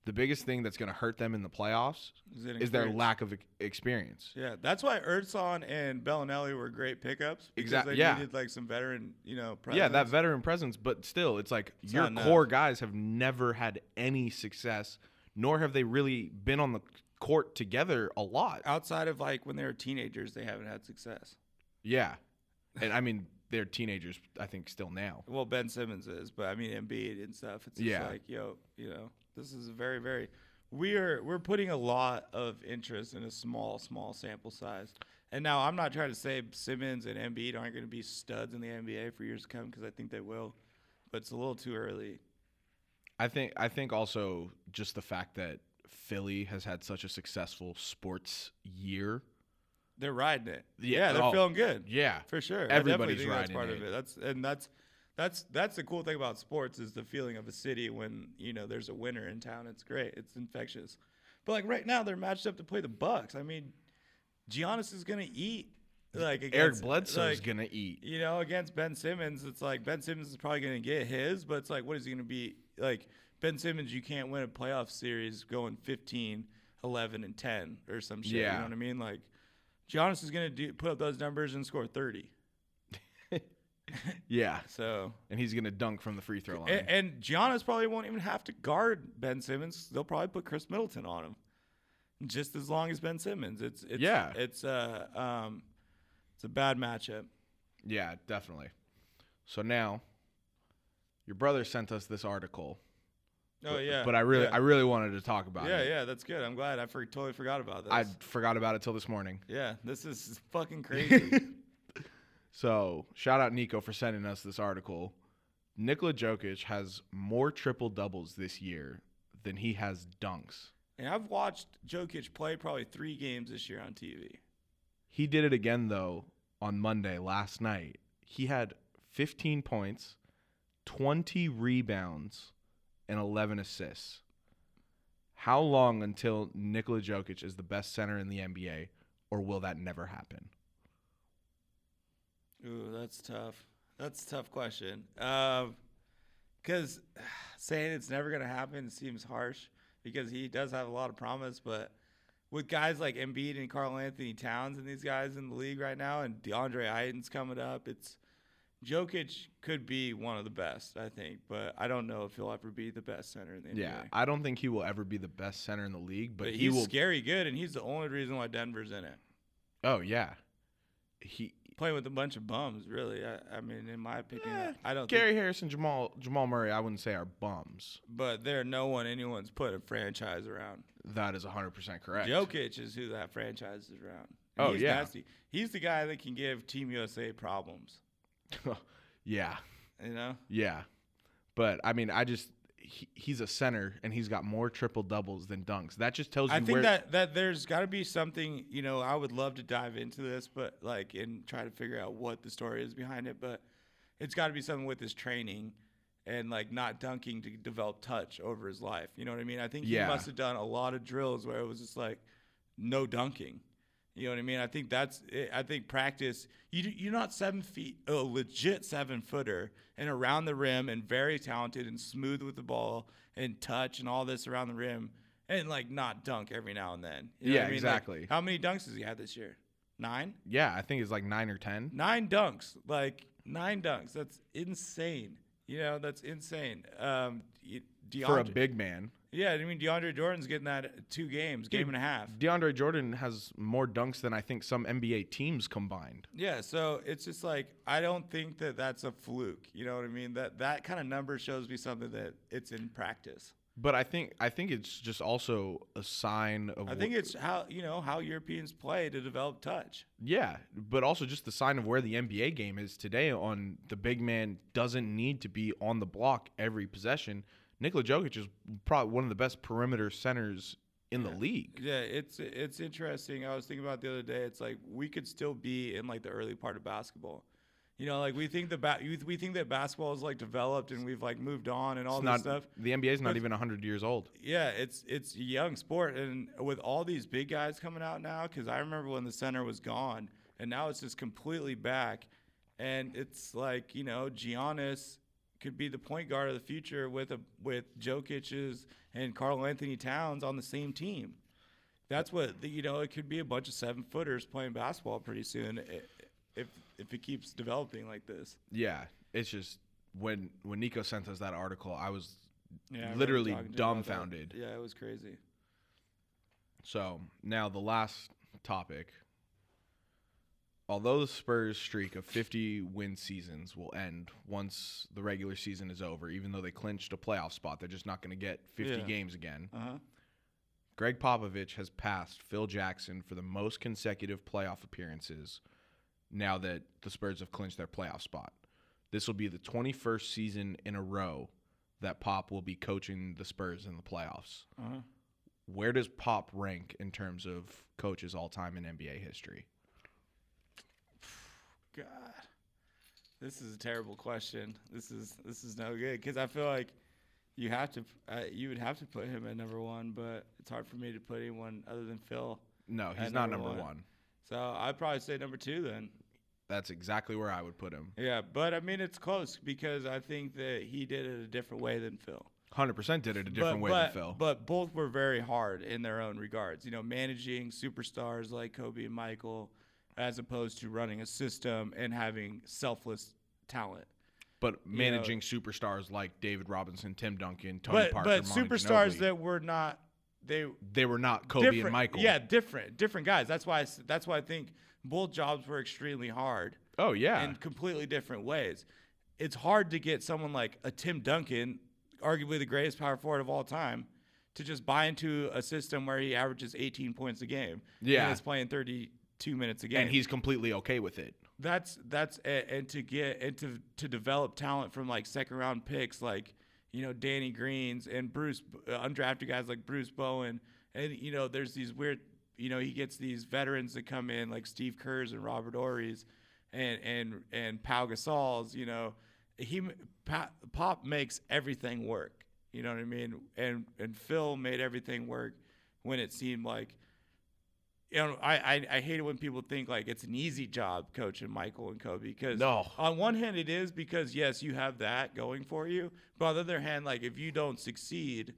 Speaker 3: The biggest thing that's going to hurt them in the playoffs
Speaker 4: Is, it
Speaker 3: is their
Speaker 4: encouraged?
Speaker 3: lack of e- experience.
Speaker 4: Yeah, that's why Ertzon and Bellinelli were great pickups. because
Speaker 3: Exact-
Speaker 4: They
Speaker 3: yeah.
Speaker 4: needed like some veteran, you know. Presence.
Speaker 3: Yeah, that veteran presence, but still, it's like your
Speaker 4: not enough.
Speaker 3: core guys have never had any success, nor have they really been on the court together a lot.
Speaker 4: outside of like when they were teenagers, they haven't had success.
Speaker 3: Yeah, and I mean they're teenagers, I think, still now.
Speaker 4: Well, Ben Simmons is, but I mean Embiid and stuff. It's just
Speaker 3: Yeah.
Speaker 4: like, yo, you know, this is a very, very. We are we're putting a lot of interest in a small, small sample size. And now I'm not trying to say Simmons and Embiid aren't going to be studs in the NBA for years to come because I think they will, but it's a little too early.
Speaker 3: I think I think also just the fact that Philly has had such a successful sports year.
Speaker 4: They're riding it.
Speaker 3: Yeah,
Speaker 4: Yeah, they're
Speaker 3: oh,
Speaker 4: feeling good.
Speaker 3: Yeah.
Speaker 4: for sure.
Speaker 3: Everybody's
Speaker 4: I definitely think
Speaker 3: riding
Speaker 4: that's part
Speaker 3: it.
Speaker 4: of it. That's and that's that's that's the cool thing about sports is the feeling of a city when you know there's a winner in town. It's great. It's infectious. But like right now, they're matched up to play the Bucks. I mean, Giannis is gonna eat. Like
Speaker 3: Eric
Speaker 4: against-
Speaker 3: Bledsoe's
Speaker 4: like,
Speaker 3: gonna eat.
Speaker 4: you know, against Ben Simmons, it's like Ben Simmons is probably going to get his, but it's like, what is he going to be like? Ben Simmons, you can't win a playoff series going 15, 11, and 10 or some shit. You
Speaker 3: Yeah.
Speaker 4: know what I mean? Like, Giannis is going to do put up those numbers and score 30.
Speaker 3: Yeah,
Speaker 4: So
Speaker 3: and he's gonna dunk from the free throw line.
Speaker 4: and, and Giannis probably won't even have to guard Ben Simmons. They'll probably put Chris Middleton on him, just as long as Ben Simmons. It's, it's
Speaker 3: Yeah.
Speaker 4: It's uh um, it's a bad matchup.
Speaker 3: Yeah, definitely. So now, your brother sent us this article.
Speaker 4: Oh yeah.
Speaker 3: But I really,
Speaker 4: yeah.
Speaker 3: I really wanted to talk about
Speaker 4: yeah,
Speaker 3: it.
Speaker 4: yeah, that's good. I'm glad. I for- totally forgot about this.
Speaker 3: I forgot about it till this morning.
Speaker 4: yeah, this is fucking crazy.
Speaker 3: So shout out Nico for sending us this article. Nikola Jokic has more triple doubles this year than he has dunks.
Speaker 4: and I've watched Jokic play probably three games this year on TV.
Speaker 3: He did it again though on Monday last night. He had 15 points, 20 rebounds, and 11 assists. How long until Nikola Jokic is the best center in the NBA, or will that never happen?
Speaker 4: Ooh, that's tough. That's a tough question. Because saying it's never going to happen seems harsh because he does have a lot of promise. But with guys like Embiid and Carl Anthony Towns and these guys in the league right now, and DeAndre Ayton's coming up, it's Jokic could be one of the best, I think. But I don't know if he'll ever be the best center in the NBA.
Speaker 3: Yeah, I don't think he will ever be the best center in the league, but,
Speaker 4: But
Speaker 3: he
Speaker 4: he's
Speaker 3: will.
Speaker 4: scary good, and he's the only reason why Denver's in it.
Speaker 3: Oh yeah, he
Speaker 4: Playing with a bunch of bums, really. I, I mean, in my opinion,
Speaker 3: Eh,
Speaker 4: I don't. think
Speaker 3: Gary Harris and Jamal Jamal Murray, I wouldn't say are bums.
Speaker 4: but there no one anyone's put a franchise around.
Speaker 3: That is 100% correct.
Speaker 4: Jokic is who that franchise is around. And
Speaker 3: Oh,
Speaker 4: he's
Speaker 3: yeah.
Speaker 4: nasty. He's the guy that can give Team USA problems.
Speaker 3: yeah.
Speaker 4: You know,
Speaker 3: Yeah. But I mean, I just he, he's a center and he's got more triple doubles than dunks. That just tells you
Speaker 4: I think
Speaker 3: where
Speaker 4: that that there's got to be something. You know, I would love to dive into this, but like and try to figure out what the story is behind it. But it's got to be something with his training and like not dunking to develop touch over his life. You know what I mean? I think
Speaker 3: Yeah.
Speaker 4: he must have done a lot of drills where it was just like no dunking. You know what I mean? I think that's. It. I think practice. You do- you're not seven feet, a legit seven footer, and around the rim, and very talented and smooth with the ball and touch and all this around the rim, and like not dunk every now and then. You know
Speaker 3: Yeah,
Speaker 4: what I mean? Like,
Speaker 3: exactly.
Speaker 4: how many dunks has he had this year? Nine.
Speaker 3: Yeah, I think it's like 9 or 10.
Speaker 4: Nine dunks. Like nine dunks. That's insane. You know that's insane. Um, y- DeAndre,
Speaker 3: For a big man,
Speaker 4: yeah, I mean DeAndre Jordan's getting that two games, game and a half.
Speaker 3: DeAndre Jordan has more dunks than I think some NBA teams combined.
Speaker 4: Yeah, so it's just like I don't think that that's a fluke. You know what I mean? That that kind of number shows me something that it's in practice.
Speaker 3: But I think I think it's just also a sign of
Speaker 4: I think
Speaker 3: wh-
Speaker 4: it's how you know how Europeans play to develop touch.
Speaker 3: Yeah, but also just the sign of where the NBA game is today on the big man doesn't need to be on the block every possession. Nikola Jokic is probably one of the best perimeter centers in the league.
Speaker 4: Yeah, it's it's interesting. I was thinking about it the other day. It's like we could still be in like the early part of basketball. You know, like we think the ba- you- we think that basketball is like developed and we've like moved on and all
Speaker 3: It's
Speaker 4: this
Speaker 3: not
Speaker 4: stuff.
Speaker 3: the NBA is not
Speaker 4: But-
Speaker 3: even 100 years old.
Speaker 4: yeah, it's it's a young sport, and with all these big guys coming out now, because I remember when the center was gone, and now it's just completely back, and it's like you know Giannis could be the point guard of the future with a with Jokic's and Carl Anthony Towns on the same team. That's what you know. It could be a bunch of seven footers playing basketball pretty soon i- if if it keeps developing like this.
Speaker 3: Yeah, it's just when when Nico sent us that article, I was
Speaker 4: Yeah, I remember
Speaker 3: literally
Speaker 4: talking to you about that.
Speaker 3: dumbfounded.
Speaker 4: Yeah, it was crazy.
Speaker 3: So now the last topic. Although the Spurs' streak of 50 win seasons will end once the regular season is over, even though they clinched a playoff spot, they're just not going to get 50
Speaker 4: Yeah.
Speaker 3: games again.
Speaker 4: Uh huh.
Speaker 3: Greg Popovich has passed Phil Jackson for the most consecutive playoff appearances now that the Spurs have clinched their playoff spot. This will be the 21st season in a row that Pop will be coaching the Spurs in the playoffs.
Speaker 4: Uh huh.
Speaker 3: Where does Pop rank in terms of coaches all time in NBA history?
Speaker 4: God, this is a terrible question. This is this is no good because I feel like you have to uh, you would have to put him at number one, but it's hard for me to put anyone other than Phil.
Speaker 3: No, he's
Speaker 4: At
Speaker 3: not
Speaker 4: number
Speaker 3: number
Speaker 4: one.
Speaker 3: one.
Speaker 4: So I'd probably say number two then.
Speaker 3: That's exactly where I would put him.
Speaker 4: Yeah, but I mean it's close because I think that he did it a different way than Phil.
Speaker 3: 100% did it a different
Speaker 4: but,
Speaker 3: way
Speaker 4: but,
Speaker 3: than Phil.
Speaker 4: But both were very hard in their own regards. You know, managing superstars like Kobe and Michael, as opposed to running a system and having selfless talent.
Speaker 3: But managing superstars like David Robinson, Tim Duncan, Tony
Speaker 4: but
Speaker 3: Parker,
Speaker 4: but
Speaker 3: Monte
Speaker 4: superstars
Speaker 3: Ginobili,
Speaker 4: that were not they
Speaker 3: they were not Kobe and
Speaker 4: different-
Speaker 3: Michael.
Speaker 4: Yeah, different, different guys. That's why I, s- that's why I think both jobs were extremely hard
Speaker 3: Oh yeah.
Speaker 4: in completely different ways. It's hard to get someone like a Tim Duncan, arguably the greatest power forward of all time, to just buy into a system where he averages 18 points a game.
Speaker 3: Yeah.
Speaker 4: and is playing 32 minutes a game.
Speaker 3: and he's completely okay with it.
Speaker 4: that's that's a- and to get and to to develop talent from like second round picks like you know Danny Greens and Bruce uh, undrafted guys like Bruce Bowen and you know there's these weird you know he gets these veterans that come in like Steve Kerr's and Robert Ory's and and and Pau Gasol's you know he m- Pa- Pop makes everything work you know what I mean and and Phil made everything work when it seemed like you know, I, I I hate it when people think like it's an easy job coaching Michael and Kobe because
Speaker 3: No.
Speaker 4: on one hand it is because yes you have that going for you, but on the other hand like if you don't succeed,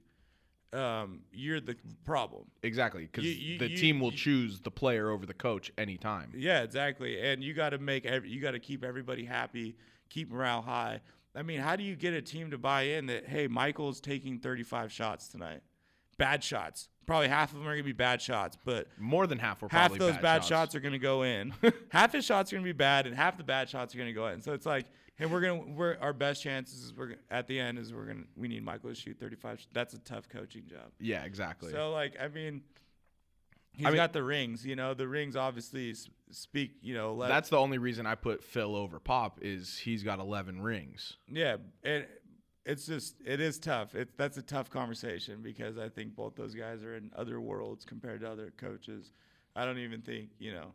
Speaker 4: um, you're the problem.
Speaker 3: Exactly, because
Speaker 4: You- you-
Speaker 3: the
Speaker 4: you-
Speaker 3: team will
Speaker 4: you-
Speaker 3: choose the player over the coach anytime.
Speaker 4: Yeah, exactly. And you got to make every, you got to keep everybody happy, keep morale high. I mean, how do you get a team to buy in that hey Michael's taking 35 shots tonight, bad shots. Probably half of them are gonna be bad shots, but
Speaker 3: More than half were
Speaker 4: half
Speaker 3: probably
Speaker 4: those bad, shots. are going to go in. half his shots are going to be bad, and half the bad shots are going to go in. So it's like, and we're gonna we're our best chances is we're gonna, at the end is we're gonna we need Michael to shoot 35. sh- That's a tough coaching job.
Speaker 3: Yeah, exactly.
Speaker 4: So like I mean, he's
Speaker 3: mean-
Speaker 4: got the rings. You know the rings obviously s- speak. You know let,
Speaker 3: That's the only reason I put Phil over Pop is he's got 11 rings.
Speaker 4: yeah. And it's just it is tough. It's that's a tough conversation because I think both those guys are in other worlds compared to other coaches. I don't even think you know.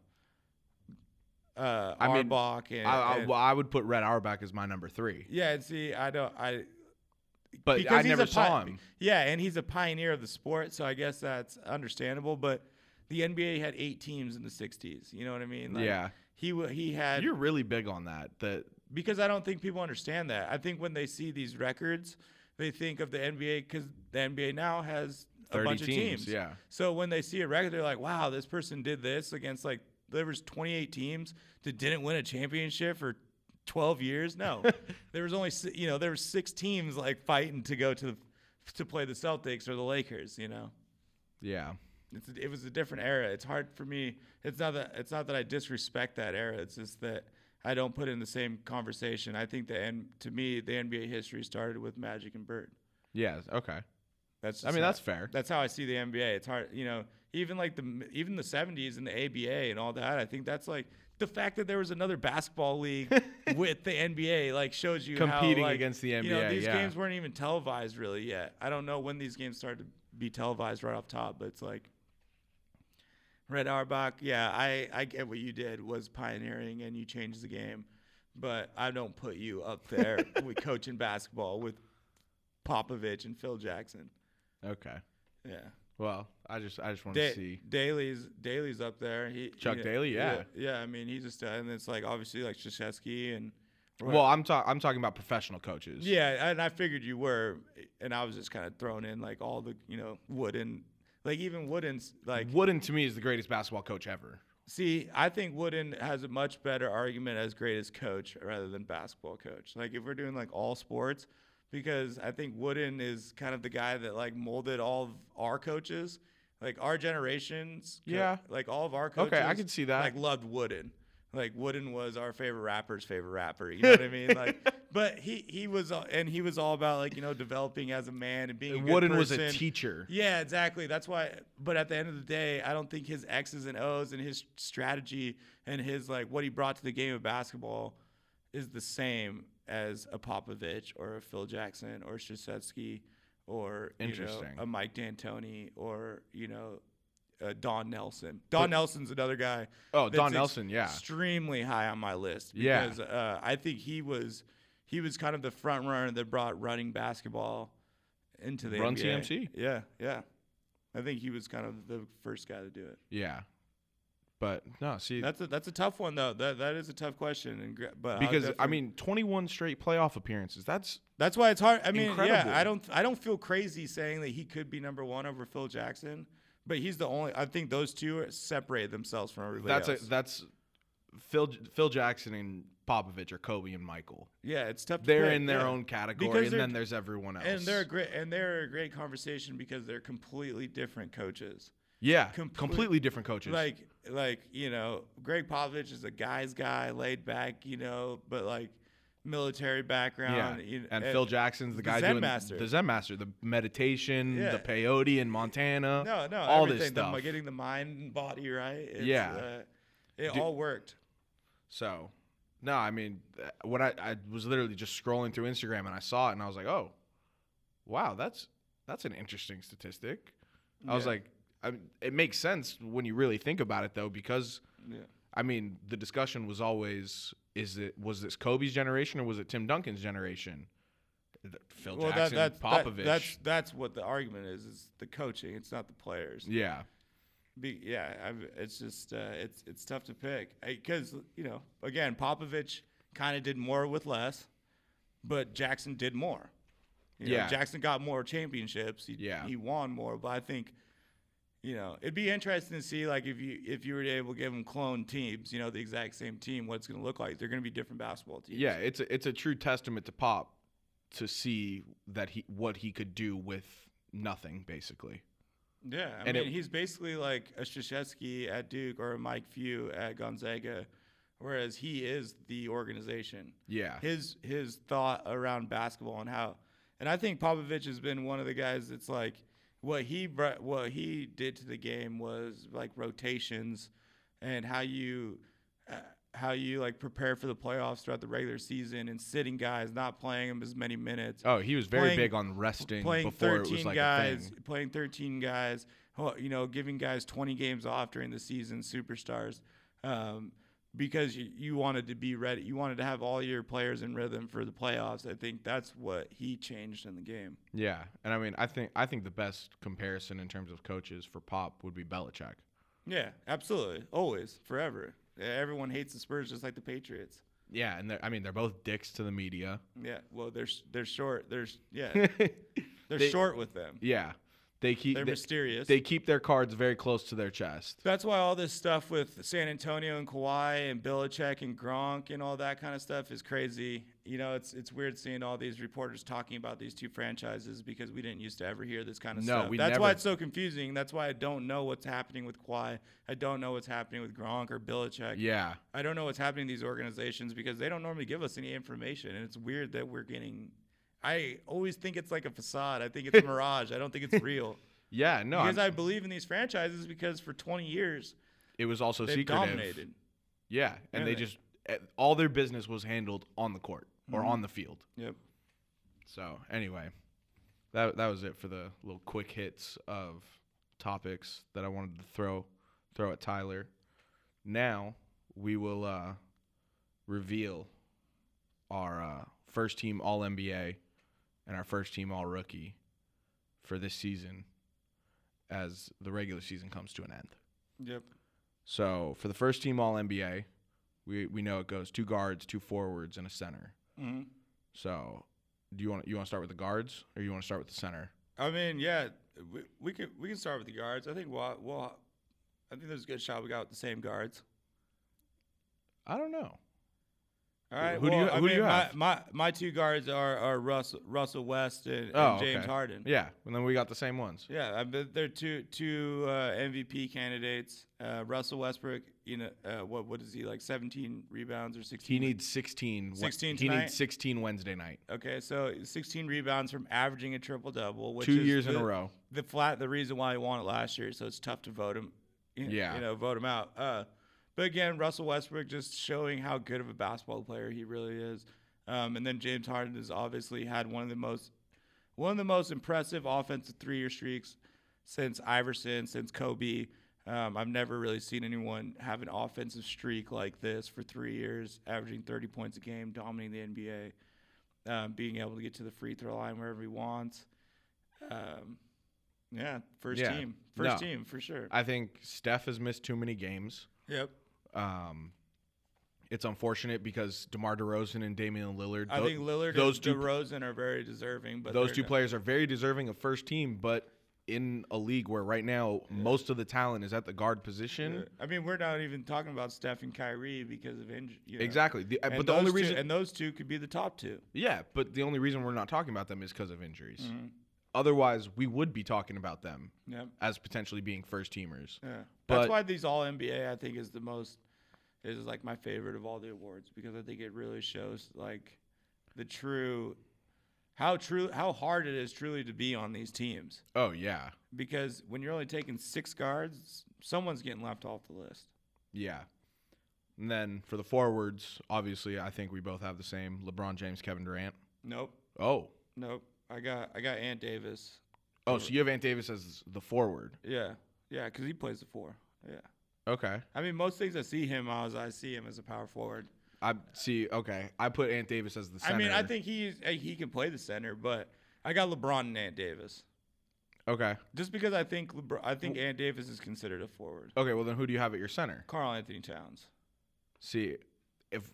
Speaker 4: Uh,
Speaker 3: I mean,
Speaker 4: Arbach and,
Speaker 3: I, I,
Speaker 4: and-
Speaker 3: well, I would put Red Auerbach as my number three,
Speaker 4: Yeah, and see, I don't, I
Speaker 3: but
Speaker 4: because
Speaker 3: I
Speaker 4: he's
Speaker 3: never
Speaker 4: a pi-
Speaker 3: saw him.
Speaker 4: Yeah, and he's a pioneer of the sport, so I guess that's understandable. But the NBA had eight teams in the '60s. You know what I mean?
Speaker 3: Yeah.
Speaker 4: He wa- he had
Speaker 3: You're really big on that. That
Speaker 4: because I don't think people understand that. I think when they see these records, they think of the NBA because the NBA now has a
Speaker 3: 30
Speaker 4: bunch of
Speaker 3: teams,
Speaker 4: teams.
Speaker 3: yeah.
Speaker 4: So when they see a record, they're like, "Wow, this person did this against like there was 28 teams that didn't win a championship for 12 years." No, there was only si- you know there were six teams like fighting to go to the, to play the Celtics or the Lakers. You know.
Speaker 3: yeah,
Speaker 4: It's it was a different era. It's hard for me. It's not that it's not that I disrespect that era. It's just that I don't put in the same conversation. I think the N to me the NBA history started with Magic and Bird.
Speaker 3: yeah. Okay,
Speaker 4: That's
Speaker 3: I mean,
Speaker 4: just how-
Speaker 3: that's fair.
Speaker 4: That's how I see the NBA. It's hard, you know. Even like the even the '70s and the ABA and all that. I think that's like the fact that there was another basketball league with the NBA like shows you how,
Speaker 3: Competing
Speaker 4: like,
Speaker 3: against the
Speaker 4: You know,
Speaker 3: NBA,
Speaker 4: these
Speaker 3: yeah.
Speaker 4: games weren't even televised really yet. I don't know when these games started to be televised right off top, but it's like Red Auerbach. Yeah, I I get what you did was pioneering and you changed the game, but I don't put you up there with coaching basketball with Popovich and Phil Jackson.
Speaker 3: okay.
Speaker 4: Yeah.
Speaker 3: Well, I just I just want to
Speaker 4: Da-
Speaker 3: see.
Speaker 4: Daly's Daly's up there. He
Speaker 3: Chuck
Speaker 4: he-
Speaker 3: Daly, yeah.
Speaker 4: yeah. I mean, he's just uh, and it's like obviously like Krzyzewski and
Speaker 3: Well, I'm talking I'm talking about professional coaches.
Speaker 4: yeah, and I figured you were, and I was just kind of thrown in like all the you know Wooden, like even Wooden's like
Speaker 3: Wooden to me is the greatest basketball coach ever.
Speaker 4: see I think Wooden has a much better argument as greatest coach rather than basketball coach. Like if we're doing like all sports. Because I think Wooden is kind of the guy that like molded all of our coaches, like our generations. co-
Speaker 3: Yeah.
Speaker 4: like all of our coaches.
Speaker 3: Okay, I can see that.
Speaker 4: Like loved Wooden. Like Wooden was our favorite rapper's favorite rapper. You know what I mean? Like, but he he was all- and he was all about like you know developing as a man and being. A good
Speaker 3: Wooden was a
Speaker 4: person.
Speaker 3: teacher.
Speaker 4: Yeah, exactly. That's why. But at the end of the day, I don't think his X's and O's and his strategy and his like what he brought to the game of basketball is the same as a Popovich or a Phil Jackson or Shasetsky or you know,
Speaker 3: Interesting.
Speaker 4: a Mike D'Antoni or you know uh, Don Nelson. Don Nelson's another guy.
Speaker 3: Oh, Don
Speaker 4: ex-
Speaker 3: Nelson, yeah.
Speaker 4: extremely high on my list.
Speaker 3: Yeah.
Speaker 4: because uh, I think he was he was kind of the front runner that brought running basketball into the
Speaker 3: Run
Speaker 4: NBA.
Speaker 3: TMC?
Speaker 4: Yeah, yeah. I think he was kind of the first guy to do it.
Speaker 3: Yeah. But no, see
Speaker 4: That's a that's a tough one though. That that is a tough question. And gra- but I'll
Speaker 3: because I
Speaker 4: uh, definitely-
Speaker 3: mean 21 straight playoff appearances. That's
Speaker 4: That's why it's hard. I mean,
Speaker 3: Incredible.
Speaker 4: yeah, I don't I don't feel crazy saying that he could be number one over Phil Jackson, but he's the only. I think those two are- separate themselves from everybody
Speaker 3: that's
Speaker 4: else.
Speaker 3: a that's Phil Phil Jackson and Popovich are Kobe and Michael.
Speaker 4: Yeah, it's tough. to
Speaker 3: They're
Speaker 4: pick,
Speaker 3: in their
Speaker 4: yeah.
Speaker 3: own
Speaker 4: Because
Speaker 3: category, and
Speaker 4: they're-
Speaker 3: then there's everyone else.
Speaker 4: and they're a great and they're a great conversation because they're completely different coaches.
Speaker 3: yeah,
Speaker 4: complete-
Speaker 3: completely different coaches.
Speaker 4: Like like you know, Greg Popovich is a guy's guy, laid back, you know, but like military
Speaker 3: yeah,
Speaker 4: background. you eh, know,
Speaker 3: and Phil Jackson's the
Speaker 4: uh,
Speaker 3: guy
Speaker 4: the Zen
Speaker 3: doing
Speaker 4: master.
Speaker 3: the Zen Master, the meditation,
Speaker 4: Yeah.
Speaker 3: the peyote in Montana.
Speaker 4: No, no,
Speaker 3: all
Speaker 4: everything,
Speaker 3: this
Speaker 4: the-
Speaker 3: stuff.
Speaker 4: getting the mind and body right. It's,
Speaker 3: Yeah.
Speaker 4: uh, it
Speaker 3: Do-
Speaker 4: all worked.
Speaker 3: So, no, I mean, th- when I, I was literally just scrolling through Instagram and I saw it and I was like, oh, wow, that's that's an interesting statistic. I was
Speaker 4: Yeah.
Speaker 3: like, I, it makes sense when you really think about it though, because
Speaker 4: Yeah.
Speaker 3: I mean, the discussion was always, is it was this Kobe's generation or was it Tim Duncan's generation? Th- Phil
Speaker 4: Well, that,
Speaker 3: Jackson,
Speaker 4: that's that-
Speaker 3: Popovich.
Speaker 4: that's that's what the argument is. It's the coaching. It's not the players.
Speaker 3: yeah,
Speaker 4: Be, yeah, I've, it's just uh, it's it's tough to pick because you know again Popovich kind of did more with less, but Jackson did more. You know,
Speaker 3: Yeah.
Speaker 4: Jackson got more championships. He,
Speaker 3: Yeah.
Speaker 4: he won more, but I think you know it'd be interesting to see like if you if you were able to give them clone teams, you know the exact same team, what it's going to look like. They're going to be different basketball teams.
Speaker 3: yeah. It's a, it's a true testament to Pop to see that he what he could do with nothing basically.
Speaker 4: Yeah, I
Speaker 3: And
Speaker 4: mean,
Speaker 3: it-
Speaker 4: he's basically like a Krzyzewski at Duke or a Mike Few at Gonzaga, whereas he is the organization.
Speaker 3: Yeah.
Speaker 4: His his thought around basketball and how, and I think Popovich has been one of the guys that's like what he brought, what he did to the game was like rotations, and how you. Uh, how you like prepare for the playoffs throughout the regular season and sitting guys, not playing them as many minutes
Speaker 3: Oh, he was very
Speaker 4: playing-
Speaker 3: big on resting
Speaker 4: playing
Speaker 3: before
Speaker 4: 13
Speaker 3: it was like a
Speaker 4: guys,
Speaker 3: thing.
Speaker 4: playing 13 guys, ho- you know, giving guys 20 games off during the season, superstars, um, because you, you wanted to be ready. You wanted to have all your players in rhythm for the playoffs. I think that's what he changed in the game.
Speaker 3: Yeah, and I mean, I think I think the best comparison in terms of coaches for Pop would be Belichick.
Speaker 4: Yeah, absolutely. Always, forever. Yeah, Everyone hates the Spurs just like the Patriots.
Speaker 3: Yeah, and they're, I mean they're both dicks to the media.
Speaker 4: Yeah, well, they're s- they're short. They're s- yeah, they're
Speaker 3: They-
Speaker 4: short with them.
Speaker 3: yeah, they keep
Speaker 4: They're
Speaker 3: they,
Speaker 4: mysterious.
Speaker 3: they keep their cards very close to their chest.
Speaker 4: That's why all this stuff with San Antonio and Kawhi and Belichick and Gronk and all that kind of stuff is crazy. You know, it's it's weird seeing all these reporters talking about these two franchises because we didn't used to ever hear this kind of
Speaker 3: No,
Speaker 4: stuff.
Speaker 3: we
Speaker 4: That's why
Speaker 3: never-
Speaker 4: it's so confusing. That's why I don't know what's happening with Kawhi. I don't know what's happening with Gronk or Belichick.
Speaker 3: Yeah,
Speaker 4: I don't know what's happening in these organizations because they don't normally give us any information, and it's weird that we're getting. I always think it's like a facade. I think it's a mirage. I don't think it's real.
Speaker 3: yeah, no,
Speaker 4: Because
Speaker 3: I'm-
Speaker 4: I believe in these franchises because for 20 years
Speaker 3: it was also
Speaker 4: they
Speaker 3: secretive.
Speaker 4: dominated.
Speaker 3: Yeah, and they
Speaker 4: Yeah.
Speaker 3: just eh, all their business was handled on the court or
Speaker 4: Mm-hmm.
Speaker 3: on the field.
Speaker 4: Yep.
Speaker 3: So anyway, that that was it for the little quick hits of topics that I wanted to throw throw at Tyler. Now we will uh, reveal our uh, first team All NBA and our first team All Rookie for this season as the regular season comes to an end.
Speaker 4: Yep.
Speaker 3: So for the first team All NBA, we we know it goes two guards, two forwards, and a center.
Speaker 4: hmm
Speaker 3: So, do you want you want to start with the guards or you want to start with the center?
Speaker 4: I mean, yeah, we, we can we can start with the guards. I think we'll, we'll I think there's a good shot we got with the same guards.
Speaker 3: I don't know.
Speaker 4: All right.
Speaker 3: Who do
Speaker 4: well,
Speaker 3: you-
Speaker 4: I
Speaker 3: who do
Speaker 4: mean,
Speaker 3: you
Speaker 4: my,
Speaker 3: have?
Speaker 4: my my two guards are are Russell Russell West and, and
Speaker 3: Oh,
Speaker 4: James
Speaker 3: okay.
Speaker 4: Harden.
Speaker 3: Yeah, and then we got the same ones.
Speaker 4: Yeah, I bet they're two two uh, MVP candidates. Uh, Russell Westbrook, you know, uh, what what is he like? Seventeen rebounds or sixteen?
Speaker 3: He needs 16. Wed-
Speaker 4: 16
Speaker 3: he
Speaker 4: tonight?
Speaker 3: needs 16 Wednesday night.
Speaker 4: okay, so sixteen rebounds from averaging a triple double, which
Speaker 3: Two
Speaker 4: is
Speaker 3: years in
Speaker 4: the-
Speaker 3: a row.
Speaker 4: the flat the reason why he won it last year, so it's tough to vote him. You
Speaker 3: Yeah.
Speaker 4: you know, vote him out. Uh, but again, Russell Westbrook just showing how good of a basketball player he really is. Um, and then James Harden has obviously had one of the most one of the most impressive offensive three year streaks since Iverson, since Kobe. Um, I've never really seen anyone have an offensive streak like this for three years, averaging 30 points a game, dominating the NBA, um, being able to get to the free throw line wherever he wants. Um, yeah, first
Speaker 3: Yeah.
Speaker 4: team, first
Speaker 3: No.
Speaker 4: team for sure.
Speaker 3: I think Steph has missed too many games.
Speaker 4: yep.
Speaker 3: Um, it's unfortunate because DeMar DeRozan and Damian Lillard.
Speaker 4: I
Speaker 3: tho-
Speaker 4: think Lillard
Speaker 3: those
Speaker 4: and
Speaker 3: two
Speaker 4: DeRozan are very deserving, but
Speaker 3: those
Speaker 4: they're
Speaker 3: two
Speaker 4: not-
Speaker 3: players are very deserving of first team, but in a league where right now most of the talent is at the guard position.
Speaker 4: I mean, we're not even talking about Steph and Kyrie because of injury.
Speaker 3: Exactly. The- uh,
Speaker 4: And
Speaker 3: but the
Speaker 4: those
Speaker 3: only
Speaker 4: two-
Speaker 3: reason,
Speaker 4: and those two could be the top two.
Speaker 3: yeah, but the only reason we're not talking about them is because of injuries.
Speaker 4: Mm-hmm.
Speaker 3: Otherwise, we would be talking about them
Speaker 4: Yep.
Speaker 3: as potentially being first teamers.
Speaker 4: Yeah.
Speaker 3: But-
Speaker 4: That's why these All NBA I think is the most is like my favorite of all the awards because I think it really shows like the true how true how hard it is truly to be on these teams
Speaker 3: Oh yeah,
Speaker 4: because when you're only taking six guards, someone's getting left off the list.
Speaker 3: yeah. And then for the forwards, obviously, I think we both have the same: LeBron James, Kevin Durant.
Speaker 4: Nope,
Speaker 3: Oh,
Speaker 4: nope. I got I got Ant Davis.
Speaker 3: oh, so you have Ant Davis as the forward.
Speaker 4: Yeah, yeah, because he plays the four. Yeah.
Speaker 3: Okay,
Speaker 4: I mean, most things I see him as I see him as a power forward.
Speaker 3: I see. Okay, I put Ant Davis as the. Center.
Speaker 4: I mean, I think he is- uh, he can play the center, but I got LeBron and Ant Davis
Speaker 3: Okay,
Speaker 4: just because I think LeBron, I think Ant Davis is considered a forward.
Speaker 3: okay. Well, then who do you have at your center?
Speaker 4: Carl Anthony Towns.
Speaker 3: See, if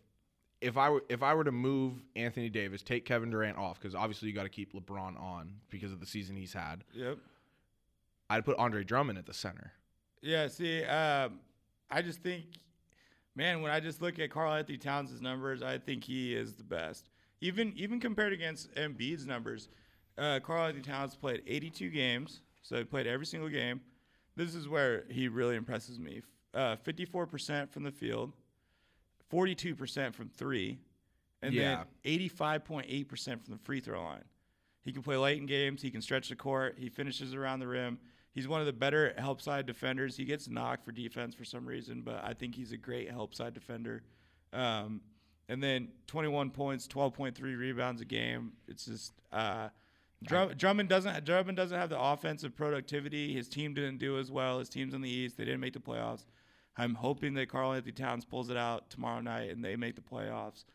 Speaker 3: if I were if I were to move Anthony Davis, take Kevin Durant off because obviously you got to keep LeBron on because of the season he's had.
Speaker 4: Yep.
Speaker 3: I'd put Andre Drummond at the center.
Speaker 4: Yeah. See, um, I just think, man, when I just look at Carl Anthony Towns' numbers, I think he is the best. Even even compared against Embiid's numbers, uh, Carl Anthony Towns played 82 games, so he played every single game. This is where he really impresses me. Uh, 54% from the field, 42% from three, and
Speaker 3: Yeah.
Speaker 4: then 85.8% from the free throw line. He can play late in games. He can stretch the court. He finishes around the rim. He's one of the better help side defenders. He gets knocked for defense for some reason, but I think he's a great help side defender. Um, and then 21 points, 12.3 rebounds a game. It's just uh, Drum, Drummond doesn't Drummond doesn't have the offensive productivity. His team didn't do as well. His team's in the East. They didn't make the playoffs. I'm hoping that Carl Anthony Towns pulls it out tomorrow night and they make the playoffs.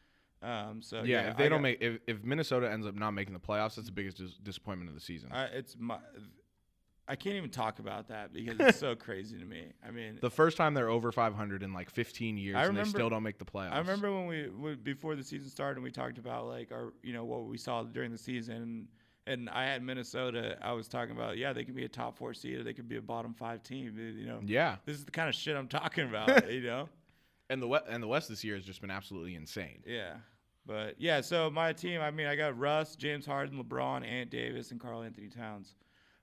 Speaker 4: Um, so
Speaker 3: Oh, Yeah,
Speaker 4: yeah,
Speaker 3: if they
Speaker 4: I
Speaker 3: don't
Speaker 4: got-
Speaker 3: make if, if Minnesota ends up not making the playoffs, that's the biggest dis- disappointment of the season.
Speaker 4: I, it's my. I can't even talk about that because it's so crazy to me. I mean,
Speaker 3: the first time they're over 500 in like 15 years,
Speaker 4: I
Speaker 3: and they
Speaker 4: remember-
Speaker 3: still don't make the playoffs.
Speaker 4: I remember when we, we before the season started, and we talked about like our you know what we saw during the season, and I had Minnesota. I was talking about yeah, they could be a top four seed, or they could be a bottom five team. You know,
Speaker 3: Yeah,
Speaker 4: this is the kind of shit I'm talking about. you know,
Speaker 3: and the we- and the West this year has just been absolutely insane.
Speaker 4: yeah. But yeah, so my team. I mean, I got Russ, James Harden, LeBron, Ant Davis, and Carl Anthony Towns.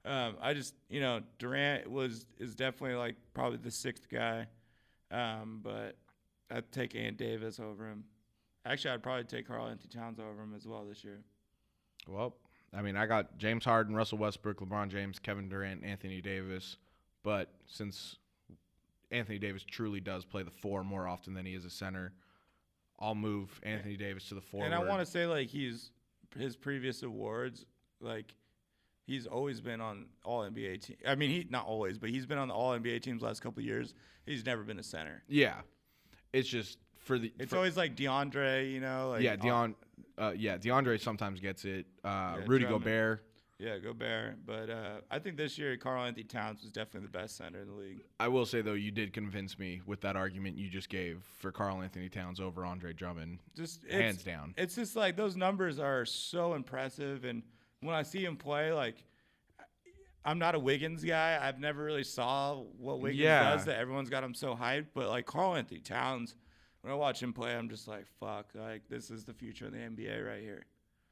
Speaker 4: Um, I just, you know, Durant was is definitely like probably the sixth guy, um, but I'd take Ant Davis over him. Actually, I'd probably take Carl Anthony Towns over him as well this year.
Speaker 3: Well, I mean, I got James Harden, Russell Westbrook, LeBron James, Kevin Durant, Anthony Davis. But since Anthony Davis truly does play the four more often than he is a center, I'll move Anthony Davis to the forward.
Speaker 4: And I want to say like he's his previous awards like he's always been on all NBA team. I mean, he not always, but he's been on the all NBA teams last couple of years. He's never been a center.
Speaker 3: Yeah, it's just for the.
Speaker 4: It's
Speaker 3: for-
Speaker 4: always like DeAndre, you know, like oh,
Speaker 3: yeah, Deon. Uh, yeah, DeAndre sometimes gets it. Uh,
Speaker 4: Yeah,
Speaker 3: Rudy
Speaker 4: Drummond.
Speaker 3: Gobert.
Speaker 4: Yeah, Gobert. But uh, I think this year Carl Anthony Towns was definitely the best center in the league.
Speaker 3: I will say though, you did convince me with that argument you just gave for Carl Anthony Towns over Andre Drummond.
Speaker 4: Just it's,
Speaker 3: Hands down.
Speaker 4: It's just like those numbers are so impressive, and when I see him play, like I'm not a Wiggins guy. I've never really saw what Wiggins
Speaker 3: Yeah.
Speaker 4: does that everyone's got him so hyped. But like Carl Anthony Towns, when I watch him play, I'm just like, fuck, like this is the future of the NBA right here.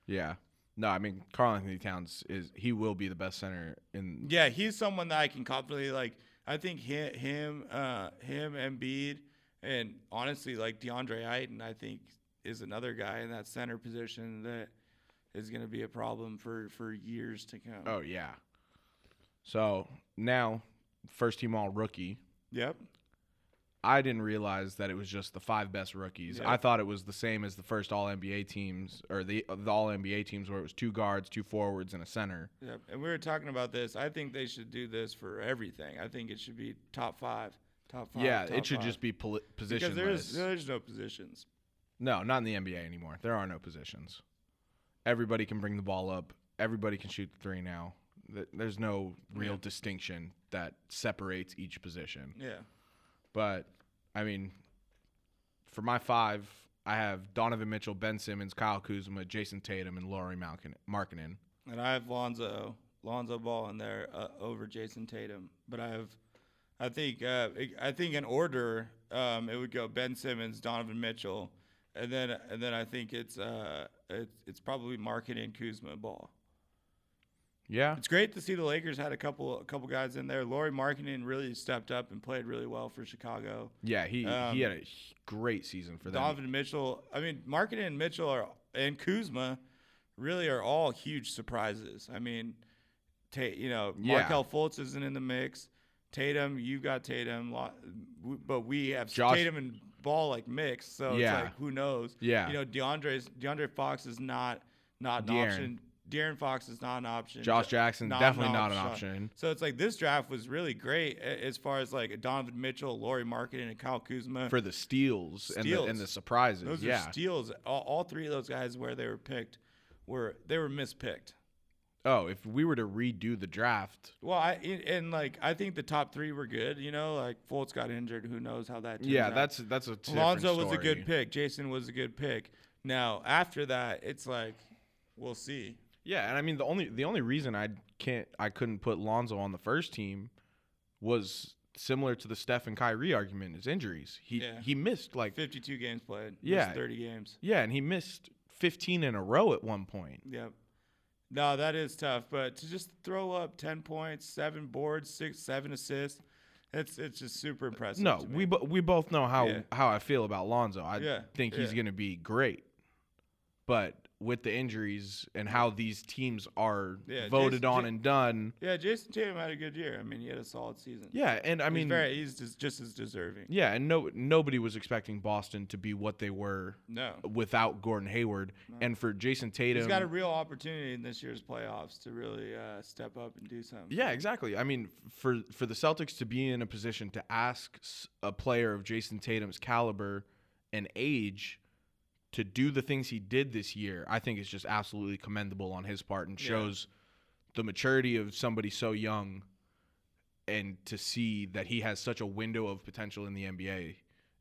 Speaker 3: Yeah. No, I mean Carl Anthony Towns is he will be the best center in
Speaker 4: Yeah, he's someone that I can confidently like. I think him, him, uh, him, Embiid, and honestly, like DeAndre Ayton, I think is another guy in that center position that is going to be a problem for for years to come.
Speaker 3: Oh yeah. So now, first team all rookie.
Speaker 4: yep.
Speaker 3: I didn't realize that it was just the five best rookies.
Speaker 4: Yeah.
Speaker 3: I thought it was the same as the first All NBA teams or the the All NBA teams where it was two guards, two forwards, and a center.
Speaker 4: Yep. And we were talking about this. I think they should do this for everything. I think it should be top five, top five.
Speaker 3: yeah,
Speaker 4: top
Speaker 3: it should
Speaker 4: five.
Speaker 3: just be poli- position
Speaker 4: because there's
Speaker 3: lists.
Speaker 4: there's no positions.
Speaker 3: No, not in the NBA anymore. There are no positions. Everybody can bring the ball up. Everybody can shoot the three now. Th- There's no real
Speaker 4: Yeah.
Speaker 3: distinction that separates each position.
Speaker 4: Yeah.
Speaker 3: But I mean, for my five, I have Donovan Mitchell, Ben Simmons, Kyle Kuzma, Jason Tatum, and Laurie Markkinen.
Speaker 4: And I have Lonzo, Lonzo Ball in there uh, over Jason Tatum, but I have, I think, uh, I- I think in order, um, it would go Ben Simmons, Donovan Mitchell, and then and then I think it's uh, it's it's probably Market and Kuzma Ball.
Speaker 3: Yeah.
Speaker 4: It's great to see the Lakers had a couple a couple guys in there. Laurie Markkinen really stepped up and played really well for Chicago.
Speaker 3: Yeah, he
Speaker 4: Um,
Speaker 3: he had a h- great season for them.
Speaker 4: Donovan Mitchell. I mean, Markkinen and Mitchell are and Kuzma really are all huge surprises. I mean, ta- you know,
Speaker 3: Yeah.
Speaker 4: Markel Fultz isn't in the mix. Tatum, you've got Tatum, lo- w- but we have
Speaker 3: Josh-
Speaker 4: Tatum and Ball like mixed, so
Speaker 3: Yeah.
Speaker 4: it's like who knows?
Speaker 3: Yeah.
Speaker 4: you know, DeAndre's DeAndre Fox is not not an
Speaker 3: De'Aaron.
Speaker 4: option. De'Aaron Fox is not an option.
Speaker 3: Josh
Speaker 4: Jo-
Speaker 3: Jackson, definitely not an option.
Speaker 4: So it's like this draft was really great a- as far as like Donovan Mitchell, Laurie Marketing, and Kyle Kuzma
Speaker 3: for the steals, and the and
Speaker 4: Steals.
Speaker 3: the surprises.
Speaker 4: those
Speaker 3: yeah.
Speaker 4: are steals. All, all three of those guys where they were picked were they were mispicked.
Speaker 3: oh, if we were to redo the draft,
Speaker 4: Well, I and- and like I think the top three were good. You know, like Fultz got injured. Who knows how that? Turns
Speaker 3: yeah,
Speaker 4: out.
Speaker 3: that's that's a different
Speaker 4: Lonzo was a
Speaker 3: story.
Speaker 4: good pick. Jason was a good pick. Now after that, it's like we'll see.
Speaker 3: Yeah, and I mean the only the only reason I can't I couldn't put Lonzo on the first team was similar to the Steph and Kyrie argument is injuries. He
Speaker 4: Yeah.
Speaker 3: he missed like
Speaker 4: Fifty-two games played. Missed
Speaker 3: Yeah.
Speaker 4: thirty games.
Speaker 3: yeah, and he missed 15 in a row at one point.
Speaker 4: Yep. No, that is tough. But to just throw up ten points, seven boards, six, seven assists, it's it's just super impressive.
Speaker 3: No,
Speaker 4: to me.
Speaker 3: we bo- we both know how
Speaker 4: Yeah.
Speaker 3: how I feel about Lonzo. I
Speaker 4: Yeah,
Speaker 3: think he's
Speaker 4: yeah.
Speaker 3: going to be great. But with the injuries and how these teams are
Speaker 4: Yeah,
Speaker 3: voted
Speaker 4: Jason-
Speaker 3: on
Speaker 4: Ja-
Speaker 3: and done,
Speaker 4: Yeah, Jason Tatum had a good year. I mean, he had a solid season.
Speaker 3: yeah, and I
Speaker 4: I
Speaker 3: mean
Speaker 4: mean, he's, very, he's just, just as deserving.
Speaker 3: yeah, and no nobody was expecting Boston to be what they were
Speaker 4: No,
Speaker 3: without Gordon Hayward and for Jason Tatum.
Speaker 4: he's got a real opportunity in this year's playoffs to really uh, step up and do something.
Speaker 3: yeah, exactly. I mean, for for the Celtics to be in a position to ask s- a player of Jason Tatum's caliber and age to do the things he did this year, I think is just absolutely commendable on his part and
Speaker 4: Yeah.
Speaker 3: shows the maturity of somebody so young and to see that he has such a window of potential in the NBA.